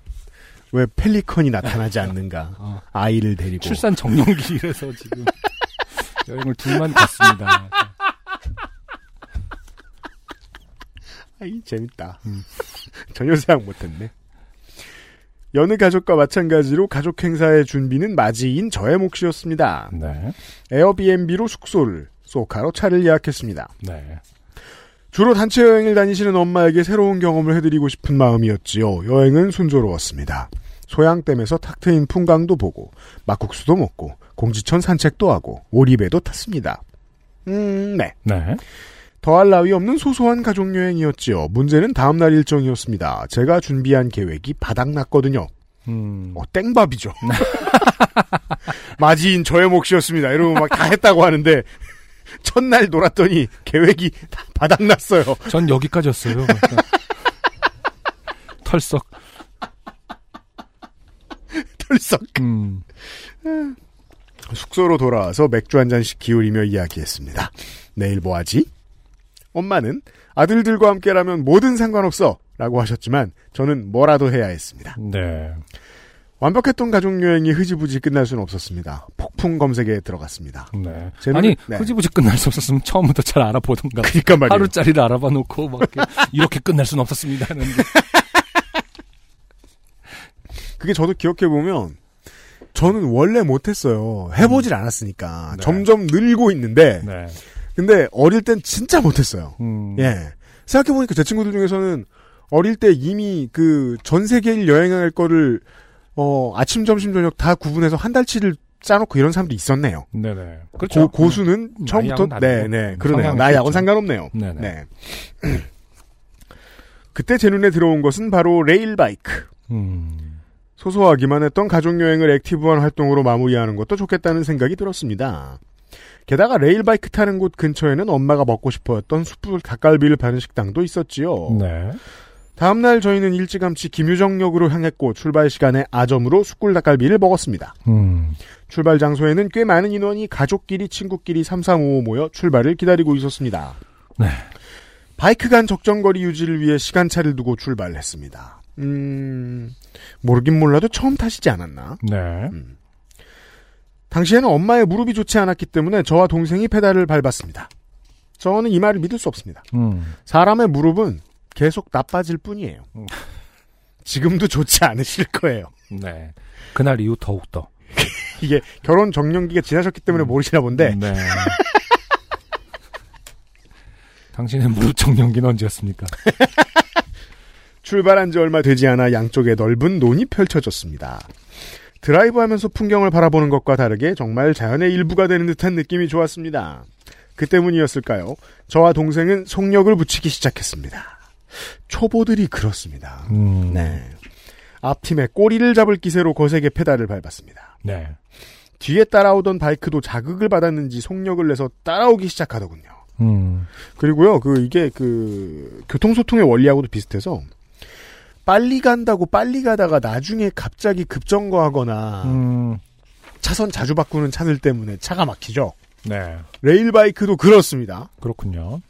A: 왜 펠리컨이 나타나지 않는가?
B: 어.
A: 아이를 데리고.
B: 출산 정년기 이래서 지금 여행을 둘만 갔습니다.
A: 아이, 재밌다. 전혀 생각 못했네. 여느 가족과 마찬가지로 가족 행사의 준비는 마지인 저의 몫이었습니다.
B: 네,
A: 에어비앤비로 숙소를, 소카로 차를 예약했습니다.
B: 네.
A: 주로 단체 여행을 다니시는 엄마에게 새로운 경험을 해드리고 싶은 마음이었지요. 여행은 순조로웠습니다. 소양댐에서 탁 트인 풍광도 보고 막국수도 먹고 공지천 산책도 하고 오리배도 탔습니다. 음, 네.
B: 네.
A: 더할 나위 없는 소소한 가족여행이었지요. 문제는 다음날 일정이었습니다. 제가 준비한 계획이 바닥났거든요.
B: 음.
A: 어, 땡밥이죠. 마지인 저의 몫이었습니다. 이러고 막 다 했다고 하는데, 첫날 놀았더니 계획이 다 바닥났어요.
B: 전 여기까지였어요. 털썩.
A: 털썩.
B: 음.
A: 숙소로 돌아와서 맥주 한 잔씩 기울이며 이야기했습니다. 내일 뭐하지? 엄마는 아들들과 함께라면 뭐든 상관없어. 라고 하셨지만, 저는 뭐라도 해야 했습니다.
B: 네.
A: 완벽했던 가족여행이 흐지부지 끝날 수는 없었습니다. 폭풍 검색에 들어갔습니다.
B: 네.
A: 쟤는-
B: 아니,
A: 네.
B: 흐지부지 끝날 수 없었으면 처음부터 잘 알아보던가.
A: 그니까 그러니까 말이에요.
B: 하루짜리를 알아봐 놓고, 막, 이렇게, 이렇게 끝날 수는 없었습니다. 하는데.
A: 그게 저도 기억해보면, 저는 원래 못했어요. 해보질 않았으니까.
B: 음. 네.
A: 점점 늘고 있는데,
B: 네.
A: 근데 어릴 땐 진짜 못했어요.
B: 음.
A: 예. 생각해보니까 제 친구들 중에서는 어릴 때 이미 그 전 세계를 여행할 거를, 어, 아침, 점심, 저녁 다 구분해서 한 달치를 짜놓고 이런 사람도 있었네요.
B: 네네.
A: 고,
B: 그렇죠.
A: 고수는
B: 음,
A: 처음부터
B: 나이하고는
A: 네,
B: 다르고.
A: 네,
B: 음,
A: 그러네요.
B: 성향이
A: 나이하고
B: 있죠.
A: 상관없네요.
B: 음. 네네.
A: 네. 그때 제 눈에 들어온 것은 바로 레일 바이크.
B: 음.
A: 소소하기만 했던 가족 여행을 액티브한 활동으로 마무리하는 것도 좋겠다는 생각이 들었습니다. 게다가 레일 바이크 타는 곳 근처에는 엄마가 먹고 싶어했던 숯불 닭갈비를 파는 식당도 있었지요.
B: 네.
A: 다음날 저희는 일찌감치 김유정역으로 향했고 출발 시간에 아점으로 숯불 닭갈비를 먹었습니다.
B: 음.
A: 출발 장소에는 꽤 많은 인원이 가족끼리 친구끼리 삼삼오오 모여 출발을 기다리고 있었습니다.
B: 네.
A: 바이크 간 적정거리 유지를 위해 시간차를 두고 출발했습니다. 음, 모르긴 몰라도 처음 타시지 않았나?
B: 네.
A: 음. 당시에는 엄마의 무릎이 좋지 않았기 때문에 저와 동생이 페달을 밟았습니다. 저는 이 말을 믿을 수 없습니다.
B: 음.
A: 사람의 무릎은 계속 나빠질 뿐이에요.
B: 음.
A: 지금도 좋지 않으실 거예요.
B: 네. 그날 이후 더욱더.
A: 이게 결혼 정년기가 지나셨기 때문에 모르시나 본데
B: 네. 당신의 무릎 정년기는 언제였습니까?
A: 출발한 지 얼마 되지 않아 양쪽에 넓은 논이 펼쳐졌습니다. 드라이브하면서 풍경을 바라보는 것과 다르게 정말 자연의 일부가 되는 듯한 느낌이 좋았습니다. 그 때문이었을까요? 저와 동생은 속력을 붙이기 시작했습니다. 초보들이 그렇습니다.
B: 음.
A: 네. 앞팀의 꼬리를 잡을 기세로 거세게 페달을 밟았습니다.
B: 네.
A: 뒤에 따라오던 바이크도 자극을 받았는지 속력을 내서 따라오기 시작하더군요.
B: 음.
A: 그리고요, 그, 이게 그, 교통소통의 원리하고도 비슷해서, 빨리 간다고 빨리 가다가 나중에 갑자기 급정거하거나,
B: 음.
A: 차선 자주 바꾸는 차들 때문에 차가 막히죠?
B: 네.
A: 레일바이크도 그렇습니다.
B: 그렇군요.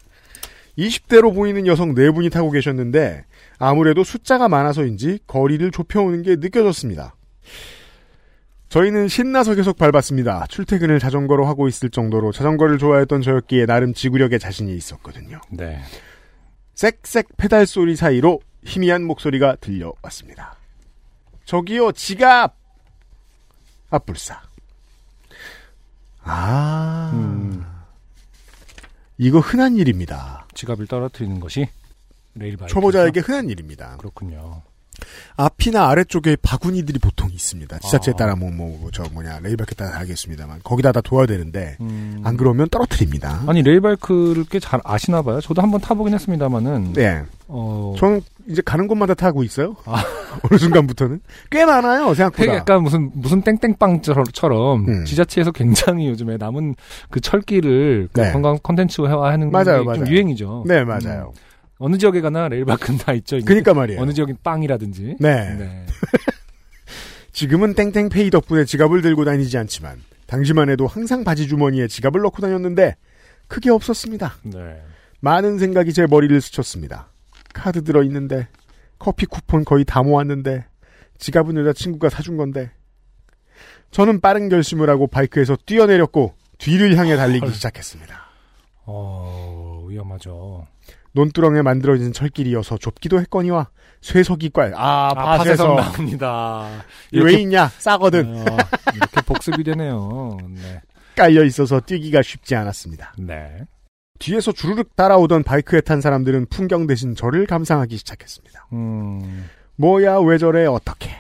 A: 20대로 보이는 여성 네 분이 타고 계셨는데, 아무래도 숫자가 많아서인지 거리를 좁혀오는 게 느껴졌습니다. 저희는 신나서 계속 밟았습니다. 출퇴근을 자전거로 하고 있을 정도로 자전거를 좋아했던 저였기에 나름 지구력에 자신이 있었거든요.
B: 네.
A: 쌕쌕 페달 소리 사이로 희미한 목소리가 들려왔습니다. 저기요, 지갑! 앞불사. 아,
B: 음.
A: 이거 흔한 일입니다.
B: 지갑을 떨어뜨리는 것이 레일 바이크.
A: 아, 초보자에게 흔한 일입니다.
B: 그렇군요.
A: 앞이나 아래쪽에 바구니들이 보통 있습니다. 지자체에
B: 아.
A: 따라 뭐, 뭐, 저 뭐냐, 레이바퀴 따라 하겠습니다만, 거기다 다 둬야 되는데,
B: 음.
A: 안 그러면 떨어뜨립니다.
B: 아니 레일 바이크를 꽤 잘 아시나 봐요. 저도 한번 타보긴 했습니다만은.
A: 네.
B: 어.
A: 저는 이제 가는 곳마다 타고 있어요.
B: 아.
A: 어느 순간부터는. 꽤 많아요, 생각보다.
B: 되게 약간 무슨 무슨 땡땡빵처럼
A: 음.
B: 지자체에서 굉장히 요즘에 남은 그 철길을 그
A: 네.
B: 관광 콘텐츠화하는 게
A: 맞아요,
B: 좀
A: 맞아요.
B: 유행이죠.
A: 네, 맞아요.
B: 음. 어느 지역에 가나 레일바크는 다 있죠. 이게.
A: 그니까 말이에요.
B: 음. 어느 지역인 빵이라든지.
A: 네. 지금은 땡땡페이 덕분에 지갑을 들고 다니지 않지만 당시만 해도 항상 바지 주머니에 지갑을 넣고 다녔는데 크게 없었습니다.
B: 네.
A: 많은 생각이 제 머리를 스쳤습니다. 카드 들어 있는데 커피 쿠폰 거의 다 모았는데 지갑은 여자친구가 사준 건데 저는 빠른 결심을 하고 바이크에서 뛰어내렸고 뒤를 향해 달리기 시작했습니다.
B: 어, 위험하죠.
A: 논두렁에 만들어진 철길이어서 좁기도 했거니와 쇠석이 꽈요. 아, 밭에서
B: 나옵니다.
A: 왜 있냐? 싸거든.
B: 어, 이렇게 복습이 되네요. 네.
A: 깔려 있어서 뛰기가 쉽지 않았습니다.
B: 네.
A: 뒤에서 주르륵 따라오던 바이크에 탄 사람들은 풍경 대신 저를 감상하기 시작했습니다.
B: 음,
A: 뭐야 왜 저래 어떻게?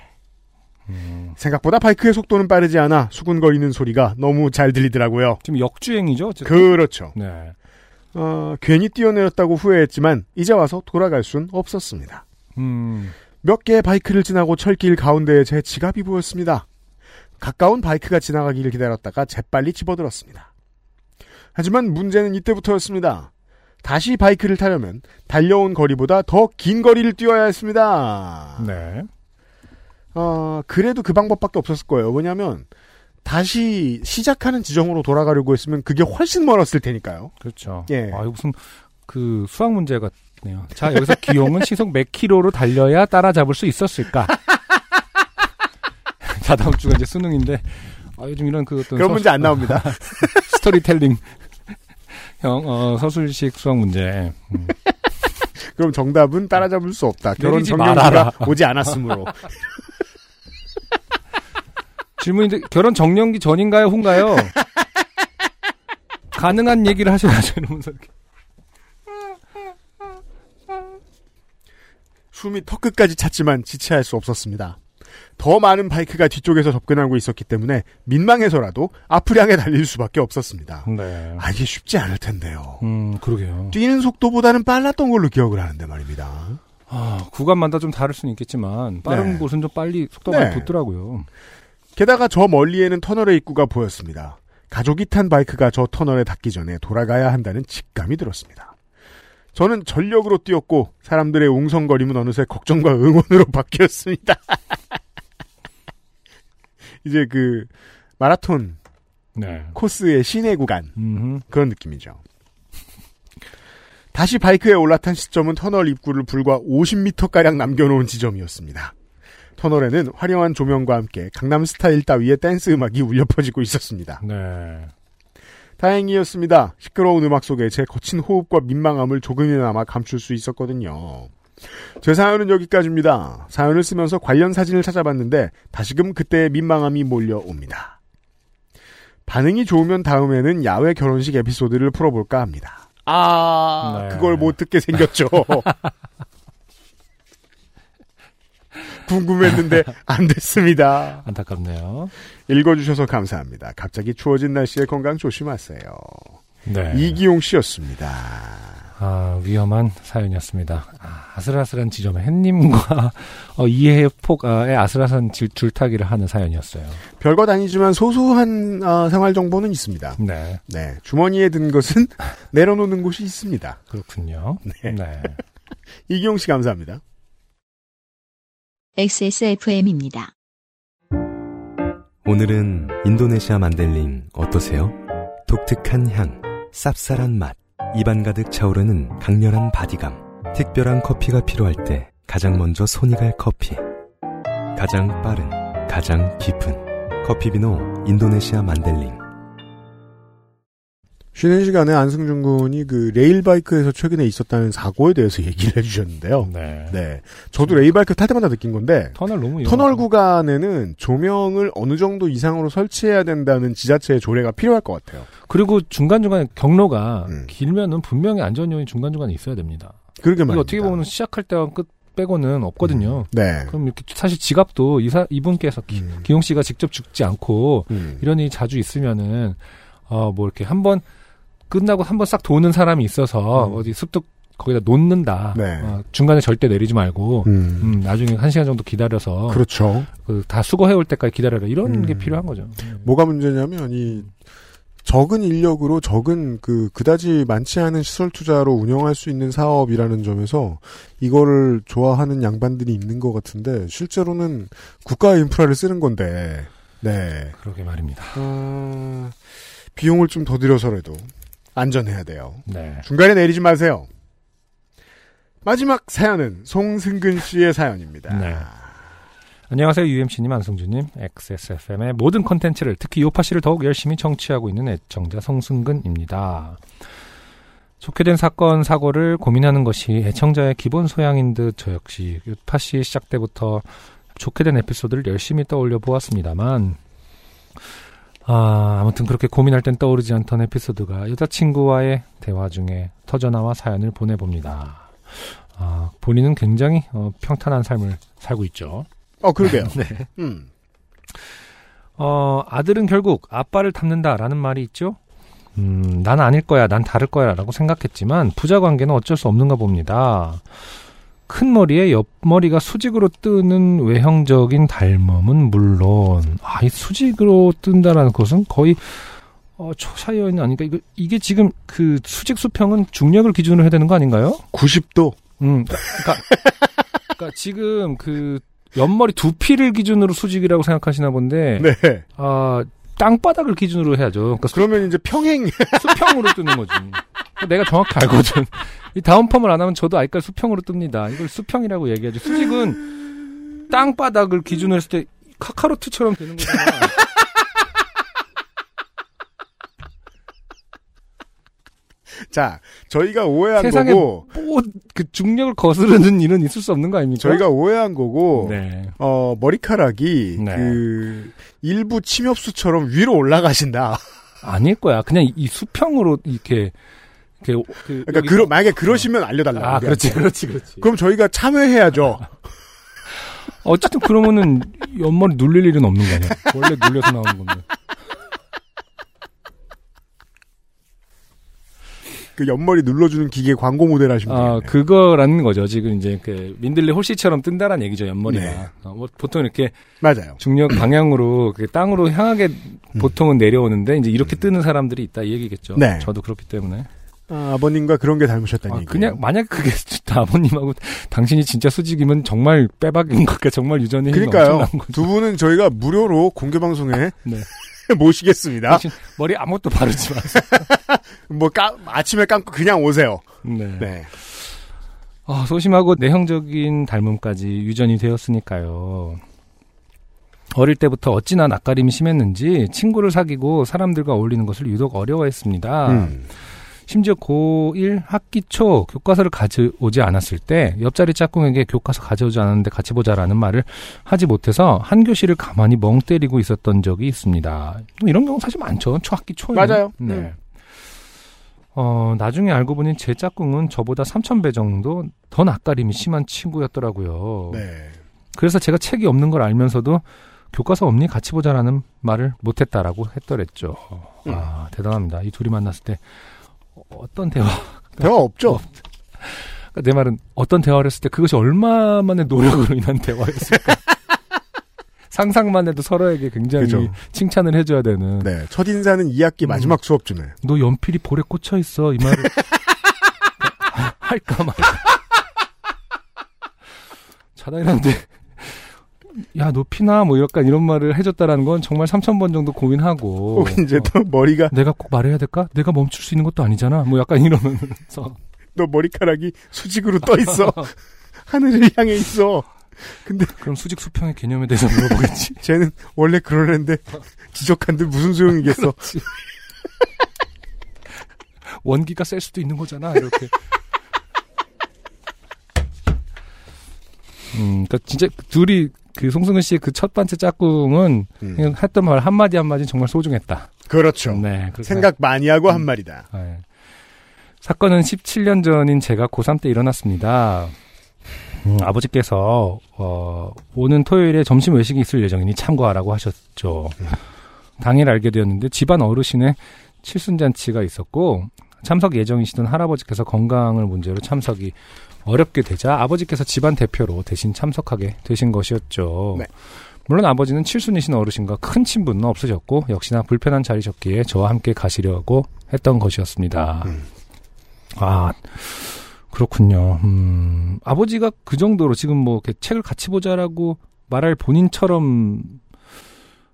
B: 음.
A: 생각보다 바이크의 속도는 빠르지 않아 수군거리는 소리가 너무 잘 들리더라고요.
B: 지금 역주행이죠? 어쨌든?
A: 그렇죠.
B: 네.
A: 어, 괜히 뛰어내렸다고 후회했지만 이제 와서 돌아갈 순 없었습니다.
B: 음,
A: 몇 개의 바이크를 지나고 철길 가운데에 제 지갑이 보였습니다. 가까운 바이크가 지나가기를 기다렸다가 재빨리 집어들었습니다. 하지만 문제는 이때부터였습니다. 다시 바이크를 타려면 달려온 거리보다 더 긴 거리를 뛰어야 했습니다.
B: 네.
A: 어, 그래도 그 방법밖에 없었을 거예요. 왜냐하면 다시 시작하는 지점으로 돌아가려고 했으면 그게 훨씬 멀었을 테니까요.
B: 그렇죠.
A: 예.
B: 아, 이거 무슨, 그, 수학 문제 같네요. 자, 여기서 기용은 시속 몇 킬로로 달려야 따라잡을 수 있었을까? 자, 다음 주가 이제 수능인데, 아, 요즘 이런 그 어떤.
A: 그런
B: 서-
A: 문제 안 나옵니다.
B: 스토리텔링. 형, 어, 서술식 수학 문제. 음.
A: 그럼 정답은 따라잡을 수 없다. 결혼
B: 내리지
A: 정년기가
B: 말아라.
A: 오지 않았으므로.
B: 질문인데, 결혼 정년기 전인가요, 후인가요? 가능한 얘기를 하셔야죠, 이러면서. 이렇게.
A: 숨이 턱끝까지 찼지만 지체할 수 없었습니다. 더 많은 바이크가 뒤쪽에서 접근하고 있었기 때문에 민망해서라도 앞을 향해 달릴 수밖에 없었습니다.
B: 네.
A: 아, 이게 쉽지 않을 텐데요.
B: 음, 그러게요.
A: 뛰는 속도보다는 빨랐던 걸로 기억을 하는데 말입니다.
B: 아, 구간마다 좀 다를 수는 있겠지만 빠른
A: 네.
B: 곳은 좀 빨리 속도가
A: 네.
B: 많이 붙더라고요.
A: 게다가 저 멀리에는 터널의 입구가 보였습니다. 가족이 탄 바이크가 저 터널에 닿기 전에 돌아가야 한다는 직감이 들었습니다. 저는 전력으로 뛰었고 사람들의 웅성거림은 어느새 걱정과 응원으로 바뀌었습니다. 이제 그 마라톤
B: 네.
A: 코스의 시내 구간
B: 음.
A: 그런 느낌이죠. 다시 바이크에 올라탄 시점은 터널 입구를 불과 50m가량 남겨놓은 지점이었습니다. 터널에는 화려한 조명과 함께 강남 스타일 따위의 댄스 음악이 울려 퍼지고 있었습니다.
B: 네.
A: 다행이었습니다. 시끄러운 음악 속에 제 거친 호흡과 민망함을 조금이나마 감출 수 있었거든요. 제 사연은 여기까지입니다. 사연을 쓰면서 관련 사진을 찾아봤는데 다시금 그때의 민망함이 몰려옵니다. 반응이 좋으면 다음에는 야외 결혼식 에피소드를 풀어볼까 합니다. 아,
B: 네.
A: 그걸 못 듣게 생겼죠. 궁금했는데 안 됐습니다.
B: 안타깝네요.
A: 읽어주셔서 감사합니다. 갑자기 추워진 날씨에 건강 조심하세요.
B: 네.
A: 이기용 씨였습니다.
B: 아, 위험한 사연이었습니다. 아, 아슬아슬한 지점에 햇님과 어, 이해폭의 아슬아슬한 질- 줄타기를 하는 사연이었어요.
A: 별것 아니지만 소소한 아, 생활 정보는 있습니다.
B: 네.
A: 네, 주머니에 든 것은 내려놓는 곳이 있습니다.
B: 그렇군요.
A: 네.
B: 네.
A: 이기용 씨 감사합니다.
D: XSFM입니다.
G: 오늘은 인도네시아 만델링 어떠세요? 독특한 향, 쌉쌀한 맛, 입안 가득 차오르는 강렬한 바디감. 특별한 커피가 필요할 때 가장 먼저 손이 갈 커피. 가장 빠른, 가장 깊은. 커피비노 인도네시아 만델링.
A: 쉬는 시간에 안승준 군이 그 레일바이크에서 최근에 있었다는 사고에 대해서 얘기를 해주셨는데요.
B: 네.
A: 네, 저도 레일바이크 탈 때마다 느낀 건데
B: 터널 너무 위험하죠.
A: 터널 구간에는 조명을 어느 정도 이상으로 설치해야 된다는 지자체의 조례가 필요할 것 같아요.
B: 그리고 중간중간 경로가
A: 음.
B: 길면은 분명히 안전 요인이 중간중간에 있어야 됩니다.
A: 그러게
B: 이게
A: 말입니다.
B: 어떻게 보면 시작할 때와 끝 빼고는 없거든요.
A: 네.
B: 그럼 이렇게 사실 지갑도 이사, 이분께서 기,
A: 음.
B: 기용 씨가 직접 죽지 않고
A: 음.
B: 이런 일이 자주 있으면은 어 뭐 이렇게 한번 끝나고 한 번 싹 도는 사람이 있어서
A: 음.
B: 어디 습득 거기다 놓는다.
A: 네.
B: 어, 중간에 절대 내리지 말고
A: 음.
B: 음, 어. 나중에 한 시간 정도 기다려서
A: 그렇죠.
B: 그 다 수거해 올 때까지 기다려라 이런
A: 음.
B: 게 필요한 거죠. 음.
A: 뭐가 문제냐면 이 적은 인력으로 적은 그 그다지 많지 않은 시설 투자로 운영할 수 있는 사업이라는 점에서 이거를 좋아하는 양반들이 있는 것 같은데 실제로는 국가 인프라를 쓰는 건데 네
B: 그러게 말입니다.
A: 아, 비용을 좀 더 들여서라도 안전해야 돼요.
B: 네.
A: 중간에 내리지 마세요. 마지막 사연은 송승근 씨의 사연입니다.
B: 네. 안녕하세요. UMC님, 안승준님, XSFM의 모든 컨텐츠를 특히 요파 씨를 더욱 열심히 청취하고 있는 애청자 성승근입니다. 속회된 사건, 사고를 고민하는 것이 애청자의 기본 소양인 듯 저 역시 요파 씨의 시작 때부터 좋게 된 에피소드를 열심히 떠올려 보았습니다만 아, 아무튼 그렇게 고민할 땐 떠오르지 않던 에피소드가 여자친구와의 대화 중에 터져나와 사연을 보내봅니다. 아, 본인은 굉장히 어, 평탄한 삶을 살고 있죠.
A: 어, 그러게요.
B: 네.
A: 음.
B: 어, 아들은 결국 아빠를 닮는다라는 말이 있죠? 음, 난 아닐 거야, 난 다를 거야 라고 생각했지만 부자 관계는 어쩔 수 없는가 봅니다. 큰 머리에 옆머리가 수직으로 뜨는 외형적인 닮음은 물론, 아, 이 수직으로 뜬다라는 것은 거의 어, 초사연 아닌가? 이거, 이게 지금 그 수직 수평은 중력을 기준으로 해야 되는 거 아닌가요?
A: 90도.
B: 음, 그러니까, 그러니까 지금 그 옆머리 두피를 기준으로 수직이라고 생각하시나 본데,
A: 네.
B: 아, 땅바닥을 기준으로 해야죠. 그러니까
A: 그러면 이제 평행.
B: 수평으로 뜨는 거지. 내가 정확히 알거든. 이 다운펌을 안 하면 저도 아이까 수평으로 뜹니다. 이걸 수평이라고 얘기하죠. 수직은 땅바닥을 기준으로 했을 때 카카로트처럼 되는 거잖아.
A: 자, 저희가 오해한
B: 세상에
A: 거고,
B: 뭐, 그 중력을 거스르는 일은 있을 수 없는 거 아닙니까?
A: 저희가 오해한 거고,
B: 어? 네.
A: 어, 머리카락이,
B: 네.
A: 그, 일부 침엽수처럼 위로 올라가신다.
B: 아닐 거야. 그냥 이 수평으로 이렇게 이렇게 그,
A: 그러니까,
B: 여기-
A: 그러, 만약에 그러시면 알려달라고.
B: 아, 그렇지, 그렇지, 그렇지.
A: 그럼 저희가 참여해야죠.
B: 어쨌든 그러면은 옆머리 눌릴 일은 없는 거 아니야? 원래 눌려서 나오는 건데.
A: 그 옆머리 눌러주는 기계 광고 모델 하시면
B: 아,
A: 돼요.
B: 그거라는 거죠. 지금 이제 그 민들레 홀씨처럼 뜬다라는 얘기죠. 옆머리가.
A: 네.
B: 어, 뭐 보통 이렇게
A: 맞아요.
B: 중력 방향으로 그 땅으로 향하게 보통은 내려오는데 이제 이렇게 뜨는 사람들이 있다 이 얘기겠죠.
A: 음. 네.
B: 저도 그렇기 때문에.
A: 아, 버님과 그런 게 닮으셨다는
B: 아,
A: 얘기.
B: 그냥 만약 그게 진짜 아버님하고 당신이 진짜 수직이면 정말 빼박인 것 같아. 정말 유전이
A: 그러니까요.
B: 예, 엄청난 거죠.
A: 두 분은 저희가 무료로 공개 방송에
B: 네.
A: 모시겠습니다.
B: 당신 머리 아무것도 바르지 마세요.
A: 뭐 까, 아침에 감고 그냥 오세요.
B: 네.
A: 네.
B: 아, 소심하고 내형적인 닮음까지 유전이 되었으니까요. 어릴 때부터 어찌나 낯가림이 심했는지 친구를 사귀고 사람들과 어울리는 것을 유독 어려워했습니다.
A: 음.
B: 심지어 고1 학기 초 교과서를 가져오지 않았을 때 옆자리 짝꿍에게 교과서 가져오지 않았는데 같이 보자라는 말을 하지 못해서 한 교실을 가만히 멍 때리고 있었던 적이 있습니다. 뭐 이런 경우 사실 많죠. 초학기 초에.
A: 맞아요.
B: 네.
A: 음.
B: 어, 나중에 알고 보니 제 짝꿍은 저보다 3,000배 정도 더 낯가림이 심한 친구였더라고요.
A: 네.
B: 그래서 제가 책이 없는 걸 알면서도 교과서 없니 같이 보자라는 말을 못했다라고 했더랬죠.
A: 음.
B: 아 대단합니다. 이 둘이 만났을 때 어떤 대화?
A: 대화 없죠?
B: 뭐. 그러니까 내 말은 어떤 대화를 했을 때 그것이 얼마만의 노력으로 인한 대화였을까? 상상만 해도 서로에게 굉장히
A: 그죠.
B: 칭찬을 해줘야 되는.
A: 네. 첫인사는 2학기 마지막
B: 음.
A: 수업쯤에.
B: 너 연필이 볼에 꽂혀 있어 이 말을 할까 말까 자다이는데 야 너 피나 뭐 약간 이런 말을 해줬다라는 건 정말 3천 번 정도 고민하고
A: 혹은 이제
B: 어,
A: 또 머리가,
B: 내가 꼭 말해야 될까? 내가 멈출 수 있는 것도 아니잖아. 뭐 약간 이러면서
A: 너 머리카락이 수직으로 떠 있어. 하늘을 향해 있어. 근데
B: 그럼 수직 수평의 개념에 대해서 물어보겠지.
A: 쟤는 원래 그러는데 지적한 데 무슨 소용이겠어.
B: 그렇죠. 원기가 셀 수도 있는 거잖아. 이렇게. 음, 그러니까 진짜 둘이 그 송승은 씨의 그 첫 번째 짝꿍은
A: 음.
B: 그냥 했던 말 한마디 한마디 정말 소중했다.
A: 그렇죠.
B: 네. 그렇게
A: 생각 많이 하고 한 말이다.
B: 생각- 네. 사건은 17년 전인 제가 고3 때 일어났습니다. 음, 아버지께서, 어, 오는 토요일에 점심 외식이 있을 예정이니 참고하라고 하셨죠.
A: 음.
B: 당일 알게 되었는데 집안 어르신의 칠순잔치가 있었고, 참석 예정이시던 할아버지께서 건강을 문제로 참석이 어렵게 되자 아버지께서 집안 대표로 대신 참석하게 되신 것이었죠.
A: 네.
B: 물론 아버지는 칠순이신 어르신과 큰 친분은 없으셨고 역시나 불편한 자리셨기에 저와 함께 가시려고 했던 것이었습니다.
A: 음.
B: 아 그렇군요. 음, 아버지가 그 정도로 지금 뭐 이렇게 책을 같이 보자라고 말할 본인처럼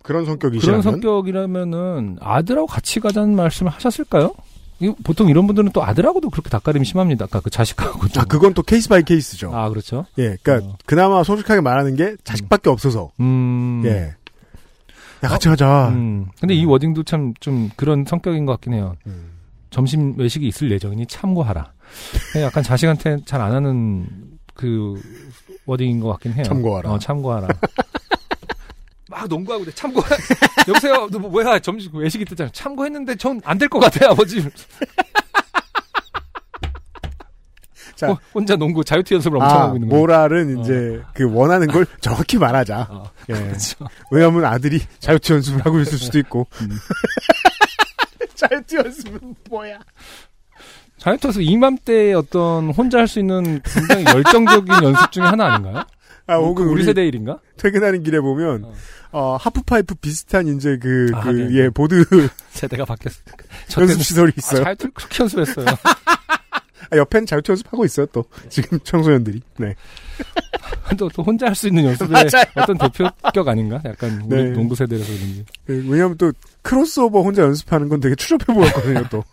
A: 그런 성격이시라면
B: 그런 성격이라면은 아들하고 같이 가자는 말씀을 하셨을까요? 이- 보통 이런 분들은 또 아들하고도 그렇게 낯가림이 심합니다. 아까 그 자식하고
A: 아, 그건 또 케이스 바이 케이스죠.
B: 아 그렇죠.
A: 예, 그러니까
B: 어.
A: 그나마 솔직하게 말하는 게 자식밖에 없어서.
B: 음.
A: 예. 야, 같이 가자.
B: 음. 근데 이 워딩도 참 좀 그런 성격인 것 같긴 해요.
A: 음.
B: 점심 외식이 있을 예정이니 참고하라. 그냥 약간 자식한테 잘 안 하는 그 워딩인 것 같긴 해요.
A: 참고하라.
B: 어, 참고하라. 막 막 농구하고 있는데 참고 여보세요 너 뭐야 점심 그 외식이 뜨잖아 참고했는데 전 안 될 것 같아요 아버지
A: 자.
B: 어, 혼자 뭐. 농구 자유투 연습을 엄청
A: 아,
B: 하고 있는 거예요
A: 모랄은 이제 그 원하는 걸 정확히 말하자.
B: 어,
A: 예.
B: 그렇죠. 음.
A: 왜냐하면 아들이 자유투 연습을 하고 있을 수도 있고. 자유투 연습은 뭐야?
B: 자유투에서 이맘때 어떤 혼자 할 수 있는 굉장히 열정적인 연습 중에 하나 아닌가요?
A: 아, 혹은
B: 그 뭐, 우리
A: 우리
B: 세대 일인가?
A: 퇴근하는 길에 보면
B: 어.
A: 어, 하프파이프 비슷한 이제 그,
B: 아,
A: 그,
B: 네.
A: 예, 보드
B: 세대가 바뀌었어. 아, 저 때는
A: 연습 시설이 있어요.
B: 자유투를 그렇게 연습했어요.
A: 아, 옆엔 자유투 연습하고 있어요, 또.
B: 네.
A: 지금 청소년들이. 네.
B: 또, 또 혼자 할 수 있는 연습의 어떤 대표격 아닌가? 약간 우리
A: 네.
B: 농구 세대라서 그런지.
A: 예, 왜냐면 또, 크로스오버 혼자 연습하는 건 되게 추접해 보였거든요, 또.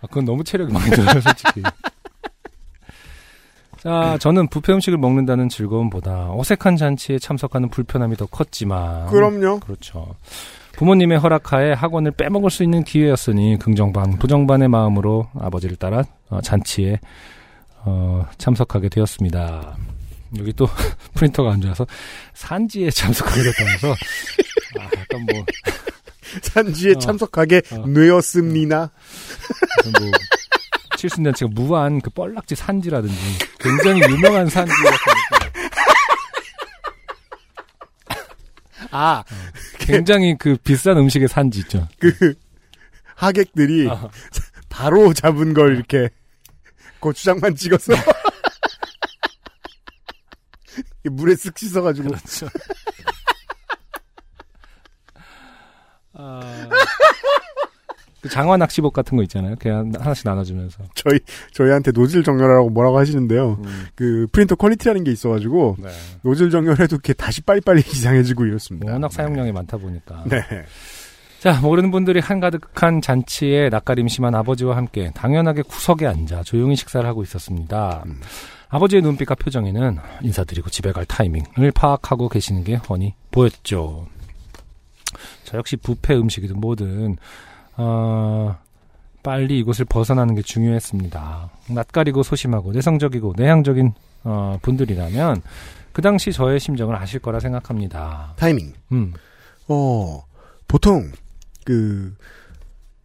B: 아, 그건 너무 체력이 많이 들어요, 솔직히. 자, 저는 부패 음식을 먹는다는 즐거움보다 어색한 잔치에 참석하는 불편함이 더 컸지만.
A: 그럼요.
B: 그렇죠. 부모님의 허락하에 학원을 빼먹을 수 있는 기회였으니 긍정반, 부정반의 마음으로 아버지를 따라 어, 잔치에 어, 참석하게 되었습니다. 여기 또 프린터가 안 좋아서 산지에 참석하게 됐다면서 아, 약간 뭐,
A: 산지에
B: 어.
A: 참석하게
B: 어. 음.
A: 뇌었습니다.
B: 약간 뭐 칠순잔치가 무한 그 뻘락지 산지라든지 굉장히 유명한 산지 같은 느낌.
A: 아,
B: 굉장히 그 비싼 음식의 산지 있죠.
A: 그, 하객들이
B: 아.
A: 바로 잡은
B: 어.
A: 걸 이렇게 고추장만 찍어서.
B: 네.
A: 물에 쓱 씻어가지고.
B: 그렇죠. 아, 그 장화 낚시복 같은 거 있잖아요. 그냥 하나씩 나눠주면서.
A: 저희, 저희한테 노즐 정렬하라고 뭐라고 하시는데요.
B: 음,
A: 그, 프린터 퀄리티라는 게 있어가지고,
B: 네.
A: 노즐 정렬해도 이렇게 다시 빨리빨리 이상해지고 이렇습니다.
B: 워낙 사용량이 많다 보니까.
A: 네.
B: 자, 모르는 분들이 한가득한 잔치에 낯가림 심한 아버지와 함께 당연하게 구석에 앉아 조용히 식사를 하고 있었습니다. 아버지의 눈빛과 표정에는 인사드리고 집에 갈 타이밍을 파악하고 계시는 게 훤히 보였죠. 저 역시 부패 음식이든 뭐든, 어, 빨리 이곳을 벗어나는 게 중요했습니다. 낯가리고 소심하고 내성적이고 내향적인 어, 분들이라면 그 당시 저의 심정을 아실 거라 생각합니다.
A: 타이밍.
B: 음,
A: 어, 보통, 그,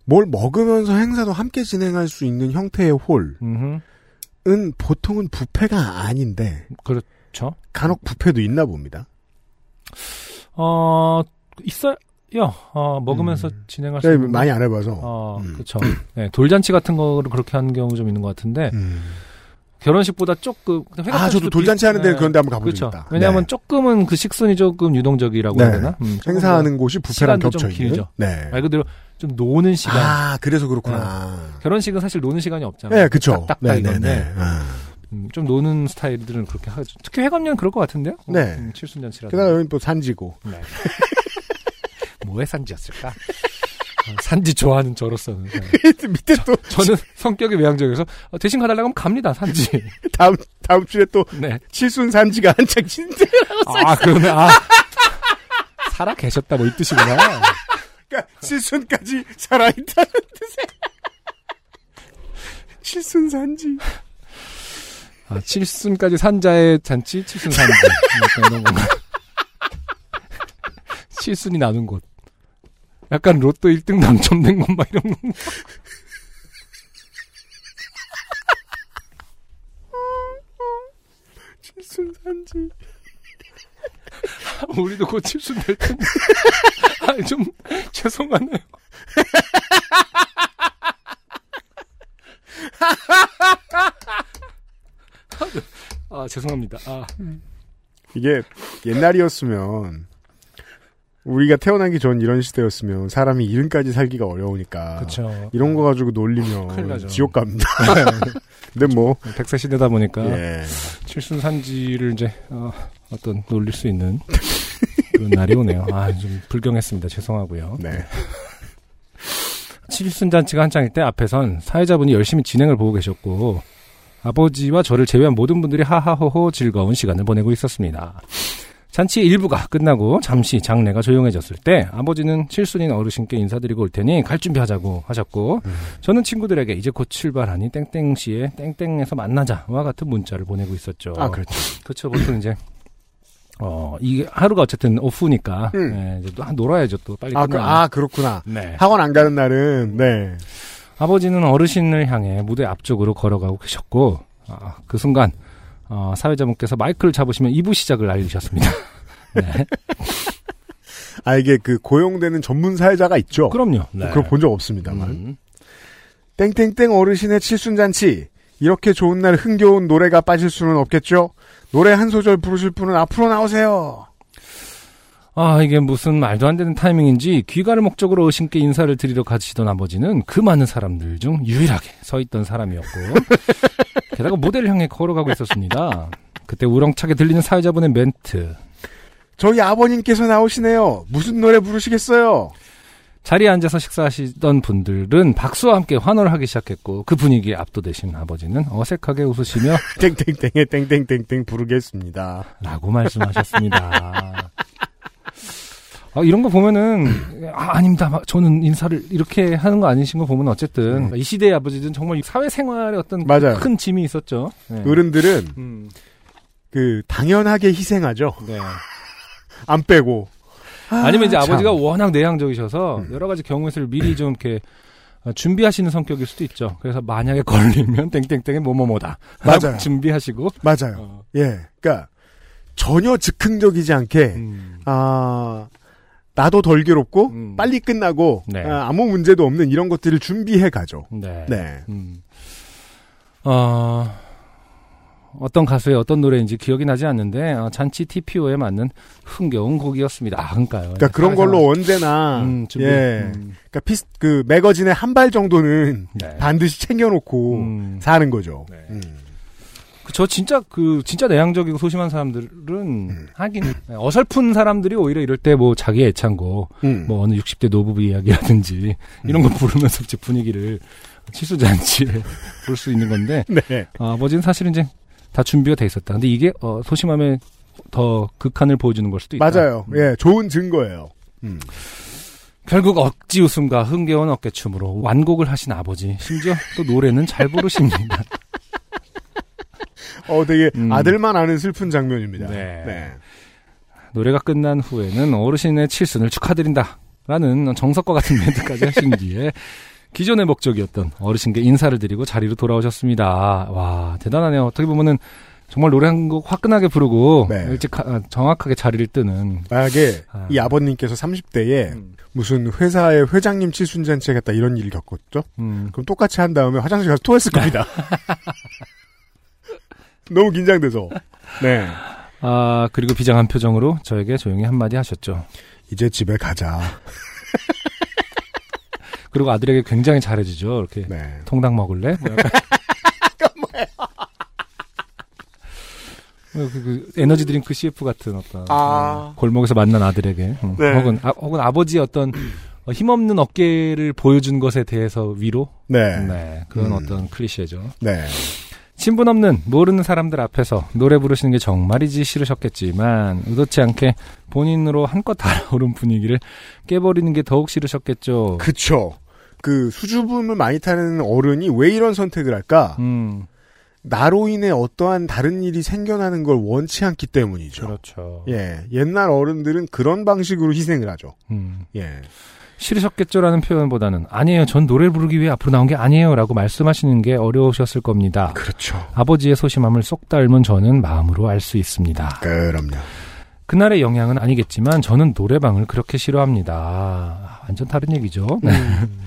A: 뭘 먹으면서 행사도 함께 진행할 수 있는 형태의 홀은
B: 음,
A: 보통은 부패가 아닌데,
B: 그렇죠.
A: 간혹 부패도 있나 봅니다.
B: 어, 있어요. 어, 먹으면서
A: 음.
B: 진행할 수
A: 제가
B: 있는.
A: 많이 안 해봐서.
B: 어,
A: 음.
B: 그쵸. 네, 돌잔치 같은 거를 그렇게 하는 경우 좀 있는 것 같은데,
A: 음.
B: 결혼식보다 조금, 그냥 회가
A: 아, 저도
B: 비-
A: 돌잔치 하는 데는
B: 네,
A: 그런데 한번 가본
B: 그쵸.
A: 적 있다.
B: 왜냐하면
A: 네.
B: 조금은 그 식순이 조금 유동적이라고
A: 네.
B: 해야 되나? 음, 조금
A: 행사하는 곳이 부패랑
B: 시간도 좀
A: 겹쳐있는.
B: 길죠.
A: 네.
B: 말 그대로 좀 노는 시간.
A: 아, 그래서 그렇구나.
B: 결혼식은 사실 노는 시간이 없잖아요.
A: 네, 그쵸.
B: 딱딱
A: 네네네.
B: 이건데
A: 아.
B: 음, 좀 노는 스타일들은 그렇게 하죠. 특히 회감녀는 그럴 것 같은데요? 어,
A: 네.
B: 음, 칠순잔치라든지.
A: 게다가 여긴 또 산지고.
B: 네. 뭐의 산지였을까? 어, 산지 좋아하는 저로서는 네.
A: 밑에 또,
B: 저는 성격이 외향적이어서 어, 대신 가달라고 하면 갑니다 산지.
A: 다음, 다음 주에 또,
B: 네.
A: 칠순 산지가 한창 진짜.
B: 아 그러네. 아 살아 계셨다 뭐 이 뜻이구나.
A: 그러니까 칠순까지 살아있다는 뜻에 칠순 산지
B: 아, 칠순까지 산자의 잔치 칠순 산지. 약간 이런 건가. 칠순이 나눈 곳. 약간 로또 1등 당첨된 곳 막 이런 거.
A: 칠순 산지
B: 우리도 곧 칠순 될 텐데. 아니 좀 죄송하네요. 아 죄송합니다. 아
A: 이게 옛날이었으면 우리가 태어나기 전 이런 시대였으면 사람이 이름까지 살기가 어려우니까
B: 그렇죠.
A: 이런 거 가지고
B: 큰일
A: 놀리면
B: 나죠.
A: 지옥 갑니다 근데 뭐
B: 백세 시대다 보니까
A: 예.
B: 칠순 산지를 이제 어, 어떤 놀릴 수 있는 그런 날이 오네요. 아 좀 불경했습니다. 죄송하고요.
A: 네.
B: 칠순 잔치가 한창일 때 앞에선 사회자분이 열심히 진행을 보고 계셨고 아버지와 저를 제외한 모든 분들이 하하호호 즐거운 시간을 보내고 있었습니다. 잔치 일부가 끝나고 잠시 장례가 조용해졌을 때 아버지는 칠순인 어르신께 인사드리고 올 테니 갈 준비하자고 하셨고
A: 음.
B: 저는 친구들에게 이제 곧 출발하니 땡땡시에 땡땡에서 만나자와 같은 문자를 보내고 있었죠.
A: 아 그렇죠
B: 그렇죠. 보통 이제 어, 이게 하루가 어쨌든 오후니까.
A: 음.
B: 네, 이제 또 아, 놀아야죠. 또 빨리
A: 아, 그,
B: 끝나.
A: 아, 그렇구나.
B: 네.
A: 학원 안 가는 날은, 네.
B: 아버지는 어르신을 향해 무대 앞쪽으로 걸어가고 계셨고 아, 그 순간 어, 사회자분께서 마이크를 잡으시면 2부 시작을 알리셨습니다. 네.
A: 아, 이게 그 고용되는 전문 사회자가 있죠?
B: 그럼요. 네.
A: 그걸 본 적 없습니다만.
B: 음.
A: 땡땡땡 어르신의 칠순잔치. 이렇게 좋은 날 흥겨운 노래가 빠질 수는 없겠죠? 노래 한 소절 부르실 분은 앞으로 나오세요.
B: 아 이게 무슨 말도 안 되는 타이밍인지 귀가를 목적으로 어신께 인사를 드리러 가시던 아버지는 그 많은 사람들 중 유일하게 서 있던 사람이었고 게다가 무대를 향해 걸어가고 있었습니다. 그때 우렁차게 들리는 사회자분의 멘트
A: 저희 아버님께서 나오시네요. 무슨 노래 부르시겠어요?
B: 자리에 앉아서 식사하시던 분들은 박수와 함께 환호를 하기 시작했고 그 분위기에 압도되신 아버지는 어색하게 웃으시며
A: 땡땡땡에 땡땡땡땡 부르겠습니다.
B: 라고 말씀하셨습니다. 아, 이런 거 보면은 아, 아닙니다. 막 저는 인사를 이렇게 하는 거 아니신 거 보면 어쨌든 이 시대의 아버지는 정말 사회생활에 어떤
A: 네. 맞아요.
B: 큰 짐이 있었죠. 네.
A: 어른들은
B: 음,
A: 그 당연하게 희생하죠.
B: 네.
A: 안 빼고. 아,
B: 아니면 이제
A: 참. 음.
B: 아버지가 워낙 내향적이셔서 여러 가지 경우의 수를 미리 좀 이렇게 어, 준비하시는 성격일 수도 있죠. 그래서 만약에 걸리면 땡땡땡이 뭐뭐뭐다. 라고
A: 맞아요.
B: 준비하시고
A: 맞아요.
B: 어.
A: 예. 그러니까 전혀 즉흥적이지 않게
B: 음.
A: 아 나도 덜 괴롭고
B: 음.
A: 어, 빨리 끝나고
B: 네.
A: 아, 무 문제도 없는 이런 것들을 준비해 가죠.
B: 네.
A: 네.
B: 음. 어, 어떤 가수의 어떤 노래인지 기억이 나지 않는데 어, 잔치 TPO에 맞는 흥겨운 곡이었습니다. 아, 그러니까요.
A: 그러니까 그런 걸로 언제나
B: 음, 준비.
A: 예.
B: 음,
A: 그러니까 피스 그 매거진의 한 발 정도는
B: 네.
A: 반드시 챙겨 놓고
B: 음.
A: 사는 거죠.
B: 네.
A: 음.
B: 그저 진짜 그 진짜 내향적이고 소심한
A: 음.
B: 사람들은 하긴 네, 어설픈 사람들이 오히려 이럴 때 뭐 자기 애창곡
A: 음.
B: 뭐 어느 60대 노부부 이야기라든지 이런 거 부르면서 이제 분위기를 칠수잔치에 볼 수 있는 건데
A: 네.
B: 아, 아버지는 사실 이제 다 준비가 돼 있었다. 근데 이게 어, 소심함의 더 극한을 보여주는 걸 수도 있다. 음.
A: 맞아요. 예. 좋은 증거예요. 음.
B: 결국 억지 웃음과 흥겨운 어깨춤으로 완곡을 하신 아버지. 심지어 또 노래는 잘 부르십니다.
A: 어 되게
B: 음.
A: 아들만 아는 슬픈 장면입니다.
B: 네.
A: 네.
B: 노래가 끝난 후에는 어르신의 칠순을 축하드린다. 라는 정석과 같은 멘트까지 하신 뒤에 기존의 목적이었던 어르신께 인사를 드리고 자리로 돌아오셨습니다. 와, 대단하네요. 어떻게 보면은 정말 노래 한 곡 화끈하게 부르고
A: 네.
B: 일찍 하- 아, 정확하게 자리를 뜨는
A: 만약에
B: 아.
A: 이 아버님께서 30대에
B: 음.
A: 무슨 회사의 회장님 칠순잔치 같다 이런 일을 겪었죠?
B: 음,
A: 그럼 똑같이 한 다음에 화장실 가서 토했을 겁니다. 너무 긴장돼서. 네.
B: 아, 그리고 비장한 표정으로 저에게 조용히 한마디 하셨죠.
A: 이제 집에 가자.
B: 그리고 아들에게 굉장히 잘해주죠. 이렇게
A: 네.
B: 통닭 먹을래? 뭐 약간. 어, 그, 그 에너지 드링크 CF 같은 어떤
A: 아.
B: 어, 골목에서 만난 아들에게 음,
A: 네.
B: 혹은 아, 혹은 아버지의 어떤 어, 힘없는 어깨를 보여준 것에 대해서 위로
A: 네. 네.
B: 네 그런
A: 음.
B: 어떤 클리셰죠. 친분 없는 모르는 사람들 앞에서 노래 부르시는 게 정말이지 싫으셨겠지만 의도치 않게 본인으로 한껏 달아오른 분위기를 깨버리는 게 더욱 싫으셨겠죠.
A: 그쵸. 그 수줍음을 많이 타는 어른이 왜 이런 선택을 할까?
B: 음,
A: 나로 인해 어떠한 다른 일이 생겨나는 걸 원치 않기 때문이죠.
B: 그렇죠.
A: 예. 옛날 어른들은 그런 방식으로 희생을 하죠.
B: 음,
A: 예.
B: 싫으셨겠죠라는 표현보다는 아니에요. 전 노래 부르기 위해 앞으로 나온 게 아니에요라고 말씀하시는 게 어려우셨을 겁니다.
A: 그렇죠.
B: 아버지의 소심함을 쏙 닮은 저는 마음으로 알 수 있습니다.
A: 그럼요.
B: 그날의 영향은 아니겠지만 저는 노래방을 그렇게 싫어합니다. 아, 완전 다른 얘기죠. 네.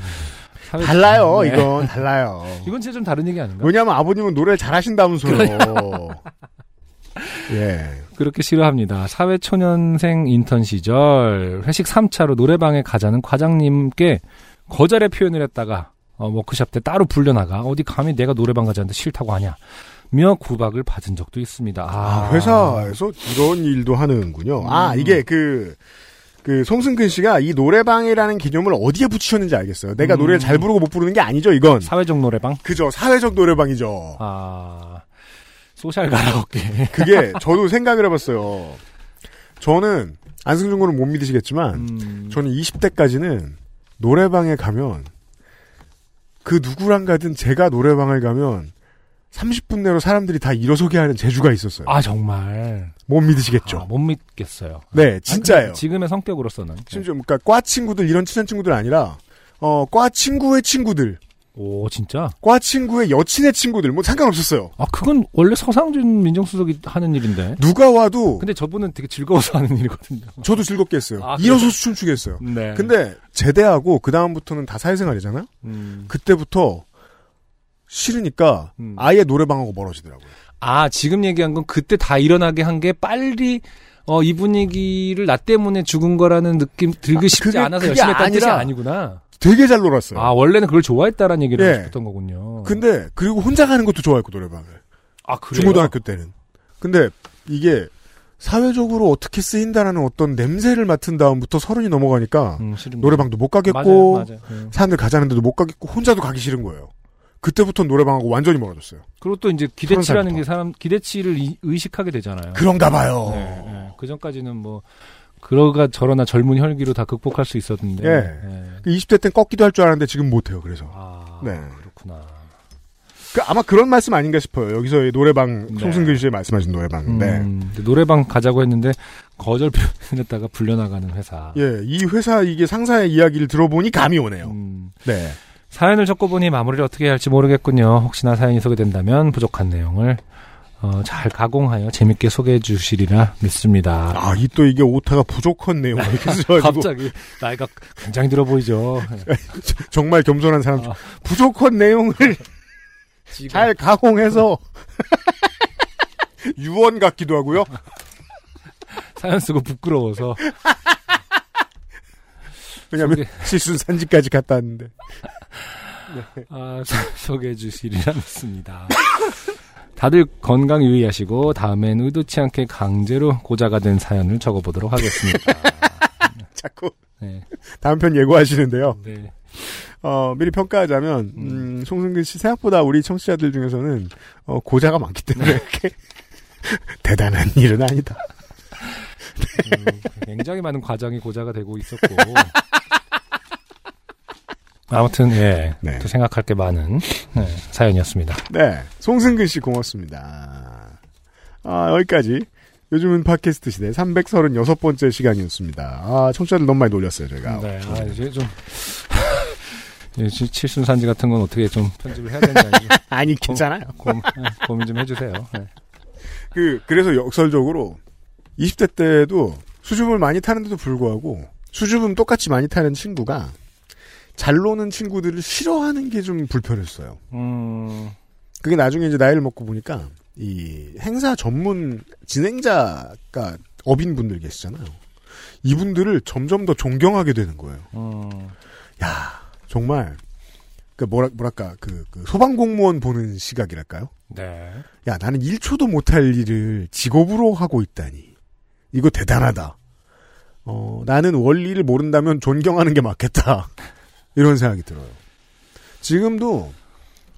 B: 사회-
A: 음. 달라요,
B: 네.
A: 이건. 달라요.
B: 이건 진짜 좀 다른 얘기 아닌가?
A: 왜냐면 하 아버님은 노래를 잘하신다면서요. 예.
B: 그렇게 싫어합니다. 사회초년생 인턴 시절 회식 3차로 노래방에 가자는 과장님께 거절의 표현을 했다가 어, 워크샵 때 따로 불려나가 어디 감히 내가 노래방 가자는데 싫다고 하냐 며 구박을 받은 적도 있습니다.
A: 아, 회사에서 이런 일도 하는군요. 아,
B: 음.
A: 이게 그, 그, 송승근 씨가 이 노래방이라는 개념을 어디에 붙이셨는지 알겠어요. 내가
B: 음.
A: 노래를 잘 부르고 못 부르는 게 아니죠, 이건.
B: 사회적 노래방?
A: 그죠. 사회적 노래방이죠.
B: 아 소셜 가라오케.
A: 그게 저도 생각을 해봤어요. 저는, 안승준 군은 못 믿으시겠지만,
B: 음,
A: 저는 20대까지는 노래방에 가면 그 누구랑 가든 제가 노래방을 가면 30분 내로 사람들이 다 일어서게 하는 재주가 있었어요.
B: 아 정말
A: 못
B: 아,
A: 믿으시겠죠?
B: 못 믿겠어요.
A: 네, 진짜예요.
B: 아, 지금의 성격으로서는
A: 심지어 그러니까 과 친구들 이런 친한 친구들 아니라 어, 과 친구의 친구들,
B: 오 진짜?
A: 과 친구의 여친의 친구들 뭐 상관없었어요.
B: 아 그건 원래 서상준 민정수석이 하는 일인데.
A: 누가 와도
B: 근데 저분은 되게 즐거워서 하는 일이거든요.
A: 저도 즐겁게 했어요.
B: 아, 그래요?
A: 일어서서 춤추게 했어요.
B: 네.
A: 근데 제대하고 그 다음부터는 다 사회생활이잖아요.
B: 음.
A: 그때부터 싫으니까
B: 음.
A: 아예 노래방하고 멀어지더라고요.
B: 아 지금 얘기한 건 그때 다 일어나게 한 게 빨리 어, 이 분위기를 나 때문에 죽은 거라는 느낌 들기 쉽지
A: 그게-
B: 않아서
A: 그게
B: 열심히 했다는 뜻이
A: 아니라-
B: 아니구나.
A: 되게 잘 놀았어요.
B: 아 원래는 그걸 좋아했다라는 얘기를
A: 예.
B: 하고 싶었던 거군요.
A: 근데 그리고 혼자 가는 것도 좋아했고 노래방을
B: 아 그래요?
A: 중고등학교 때는. 근데 이게 사회적으로 어떻게 쓰인다라는 어떤 냄새를 맡은 다음부터 서른이 넘어가니까
B: 음, 싫은데.
A: 노래방도 못 가겠고 네.
B: 맞아요, 맞아요. 음.
A: 사람들 가자는데도 못 가겠고 혼자도 가기 싫은 거예요. 그때부터 노래방하고 완전히 멀어졌어요.
B: 그리고 또 이제 기대치라는
A: 서른
B: 게 사람 기대치를 이- 의식하게 되잖아요.
A: 그런가 어. 봐요.
B: 네, 네. 그 전까지는 뭐 그러가 저러나 젊은 혈기로 다 극복할 수 있었는데.
A: 예.
B: 예.
A: 20대 땐 꺾기도 할 줄 알았는데 지금 못해요. 그래서
B: 아
A: 네.
B: 그렇구나.
A: 그 아마 그런 말씀 아닌가 싶어요. 여기서 이 노래방
B: 네.
A: 송승균 씨의 말씀하신 노래방. 네.
B: 음, 근데 노래방 가자고 했는데 거절 표현했다가 불려나가는 회사.
A: 예, 이 회사 이게 상사의 이야기를 들어보니 감이 오네요.
B: 음,
A: 네.
B: 사연을 적고 보니 마무리를 어떻게 해야 할지 모르겠군요. 혹시나 사연이 소개된다면 부족한 내용을 어, 잘 가공하여 재밌게 소개해 주시리라 믿습니다.
A: 아, 이 또 이게 오타가 부족한 내용 이렇게 써가지고 네.
B: 갑자기 나이가 굉장히 들어 보이죠.
A: 정말 겸손한 사람 중-
B: 아.
A: 부족한 내용을 잘 가공해서 유언 같기도 하고요.
B: 사연 쓰고 부끄러워서
A: 왜냐하면
B: 소개-
A: 실순 산지까지 갔다 왔는데.
B: 아, 소- 소개해 주시리라 믿습니다. 다들 건강 유의하시고 다음엔 의도치 않게 강제로 고자가 된 사연을 적어보도록 하겠습니다.
A: 자꾸
B: 네.
A: 다음 편 예고하시는데요.
B: 네.
A: 어, 미리 평가하자면 음, 송승근 씨 생각보다 우리 청취자들 중에서는 어, 고자가 많기 때문에 이렇게 대단한 일은 아니다.
B: 음, 굉장히 많은 과장이 고자가 되고 있었고. 아무튼 예,
A: 네.
B: 또 생각할 게 많은 네, 사연이었습니다.
A: 네, 송승근 씨 고맙습니다. 아, 여기까지. 요즘은 팟캐스트 시대 336번째 시간이었습니다. 아, 청취자들 너무 많이 놀렸어요, 제가.
B: 네, 아, 이제 좀 예, 칠- 칠순산지 같은 건 어떻게 좀 편집을 해야 되는지 아니죠?
A: 아니, 괜찮아요.
B: 고, 예, 고민 좀 해주세요. 네.
A: 그, 그래서 역설적으로 20대 때도 수줍음을 많이 타는데도 불구하고 수줍음 똑같이 많이 타는 친구가 잘 노는 친구들을 싫어하는 게 좀 불편했어요.
B: 음,
A: 그게 나중에 이제 나이를 먹고 보니까 이 행사 전문 진행자가 업인 분들 계시잖아요. 이분들을 점점 더 존경하게 되는 거예요.
B: 음,
A: 야 정말 그 뭐라 뭐랄까 그, 그 소방공무원 보는 시각이랄까요?
B: 네.
A: 야 나는 1초도 못할 일을 직업으로 하고 있다니 이거 대단하다. 어 나는 원리를 모른다면 존경하는 게 맞겠다 이런 생각이 들어요. 지금도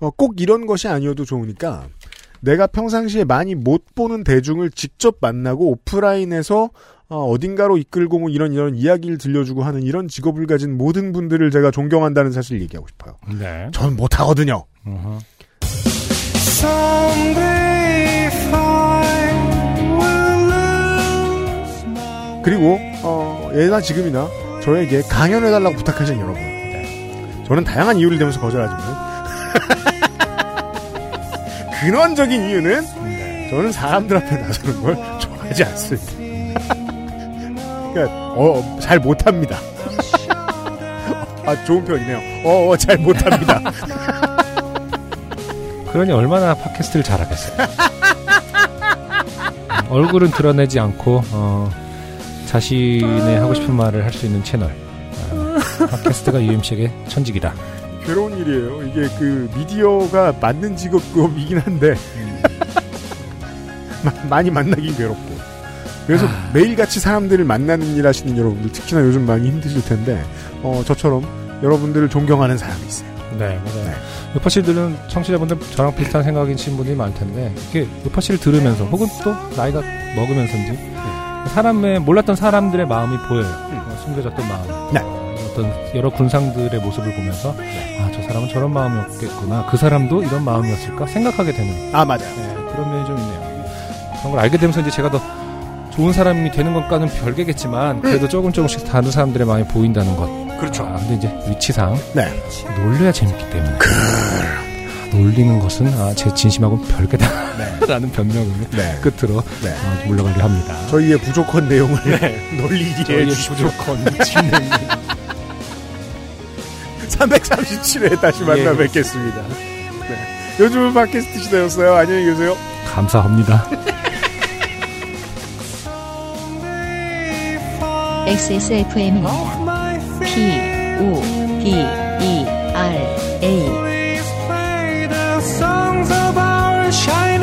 A: 어, 꼭 이런 것이 아니어도 좋으니까 내가 평상시에 많이 못 보는 대중을 직접 만나고 오프라인에서 어, 딘가로 이끌고 뭐 이런 이런 이야기를 들려주고 하는 이런 직업을 가진 모든 분들을 제가 존경한다는 사실 얘기하고 싶어요.
B: 네.
A: 전 못하거든요.
B: 음흠.
A: 그리고 어, 예나 지금이나 저에게 강연해달라고 부탁하신 여러분 저는 다양한 이유를 대면서 거절하지만 근원적인 이유는 저는 사람들 앞에 나서는 걸 좋아하지 않습니다 그러니까 어, 잘 못합니다 아 좋은 표현이네요 어, 어, 잘 못합니다
B: 그러니 얼마나 팟캐스트를 잘하겠어요. 음, 얼굴은 드러내지 않고 어, 자신의 하고 싶은 말을 할 수 있는 채널. 아, 팟캐스트가 UMC에게 천직이다.
A: 괴로운 일이에요 이게 그 미디어가 맞는 직업이긴 한데 마- 많이 만나긴 괴롭고. 그래서 매일같이 사람들을 만나는 일 하시는 여러분들, 특히나 요즘 많이 힘드실 텐데, 어, 저처럼 여러분들을 존경하는 사람이 있어요.
B: 네, 맞아요. 요파씨들은 청취자분들 저랑 비슷한 생각이신 분들이 많을 텐데 이게 요파씨를 들으면서 혹은 또 나이가 네. 음. 먹으면서인지 사람의 몰랐던 사람들의 마음이 보여요. 어, 숨겨졌던 마음.
A: 네.
B: 어, 어떤 여러 군상들의 모습을 보면서 아 저 사람은 저런 마음이었겠구나 그 사람도 이런 마음이었을까 생각하게 되는
A: 아 맞아. 요
B: 네, 그런 면이 좀 있네요. 그런 걸 알게 되면서 이제 제가 더 좋은 사람이 되는 것과는 별개겠지만 그래도 조금 조금씩 다른 사람들의 마음이 보인다는 것.
A: 그렇죠.
B: 아, 근데 이제 위치상
A: 네.
B: 놀려야 재밌기 때문에. 놀리는 것은 아, 제 진심하고는 별개다라는 변명을
A: 네.
B: 끝으로
A: 네.
B: 어, 물러가려 합니다.
A: 저희의 부족한 내용을 논리기에
B: 저희의 부족한 진행.
A: 337회 다시 만나
B: 예.
A: 뵙겠습니다. 네. 요즘은 팟캐스트 시대였어요. 안녕히 계세요.
B: 감사합니다.
D: XSFM입니다. P, O, D, E, R, A.
H: Please play the songs of our shining.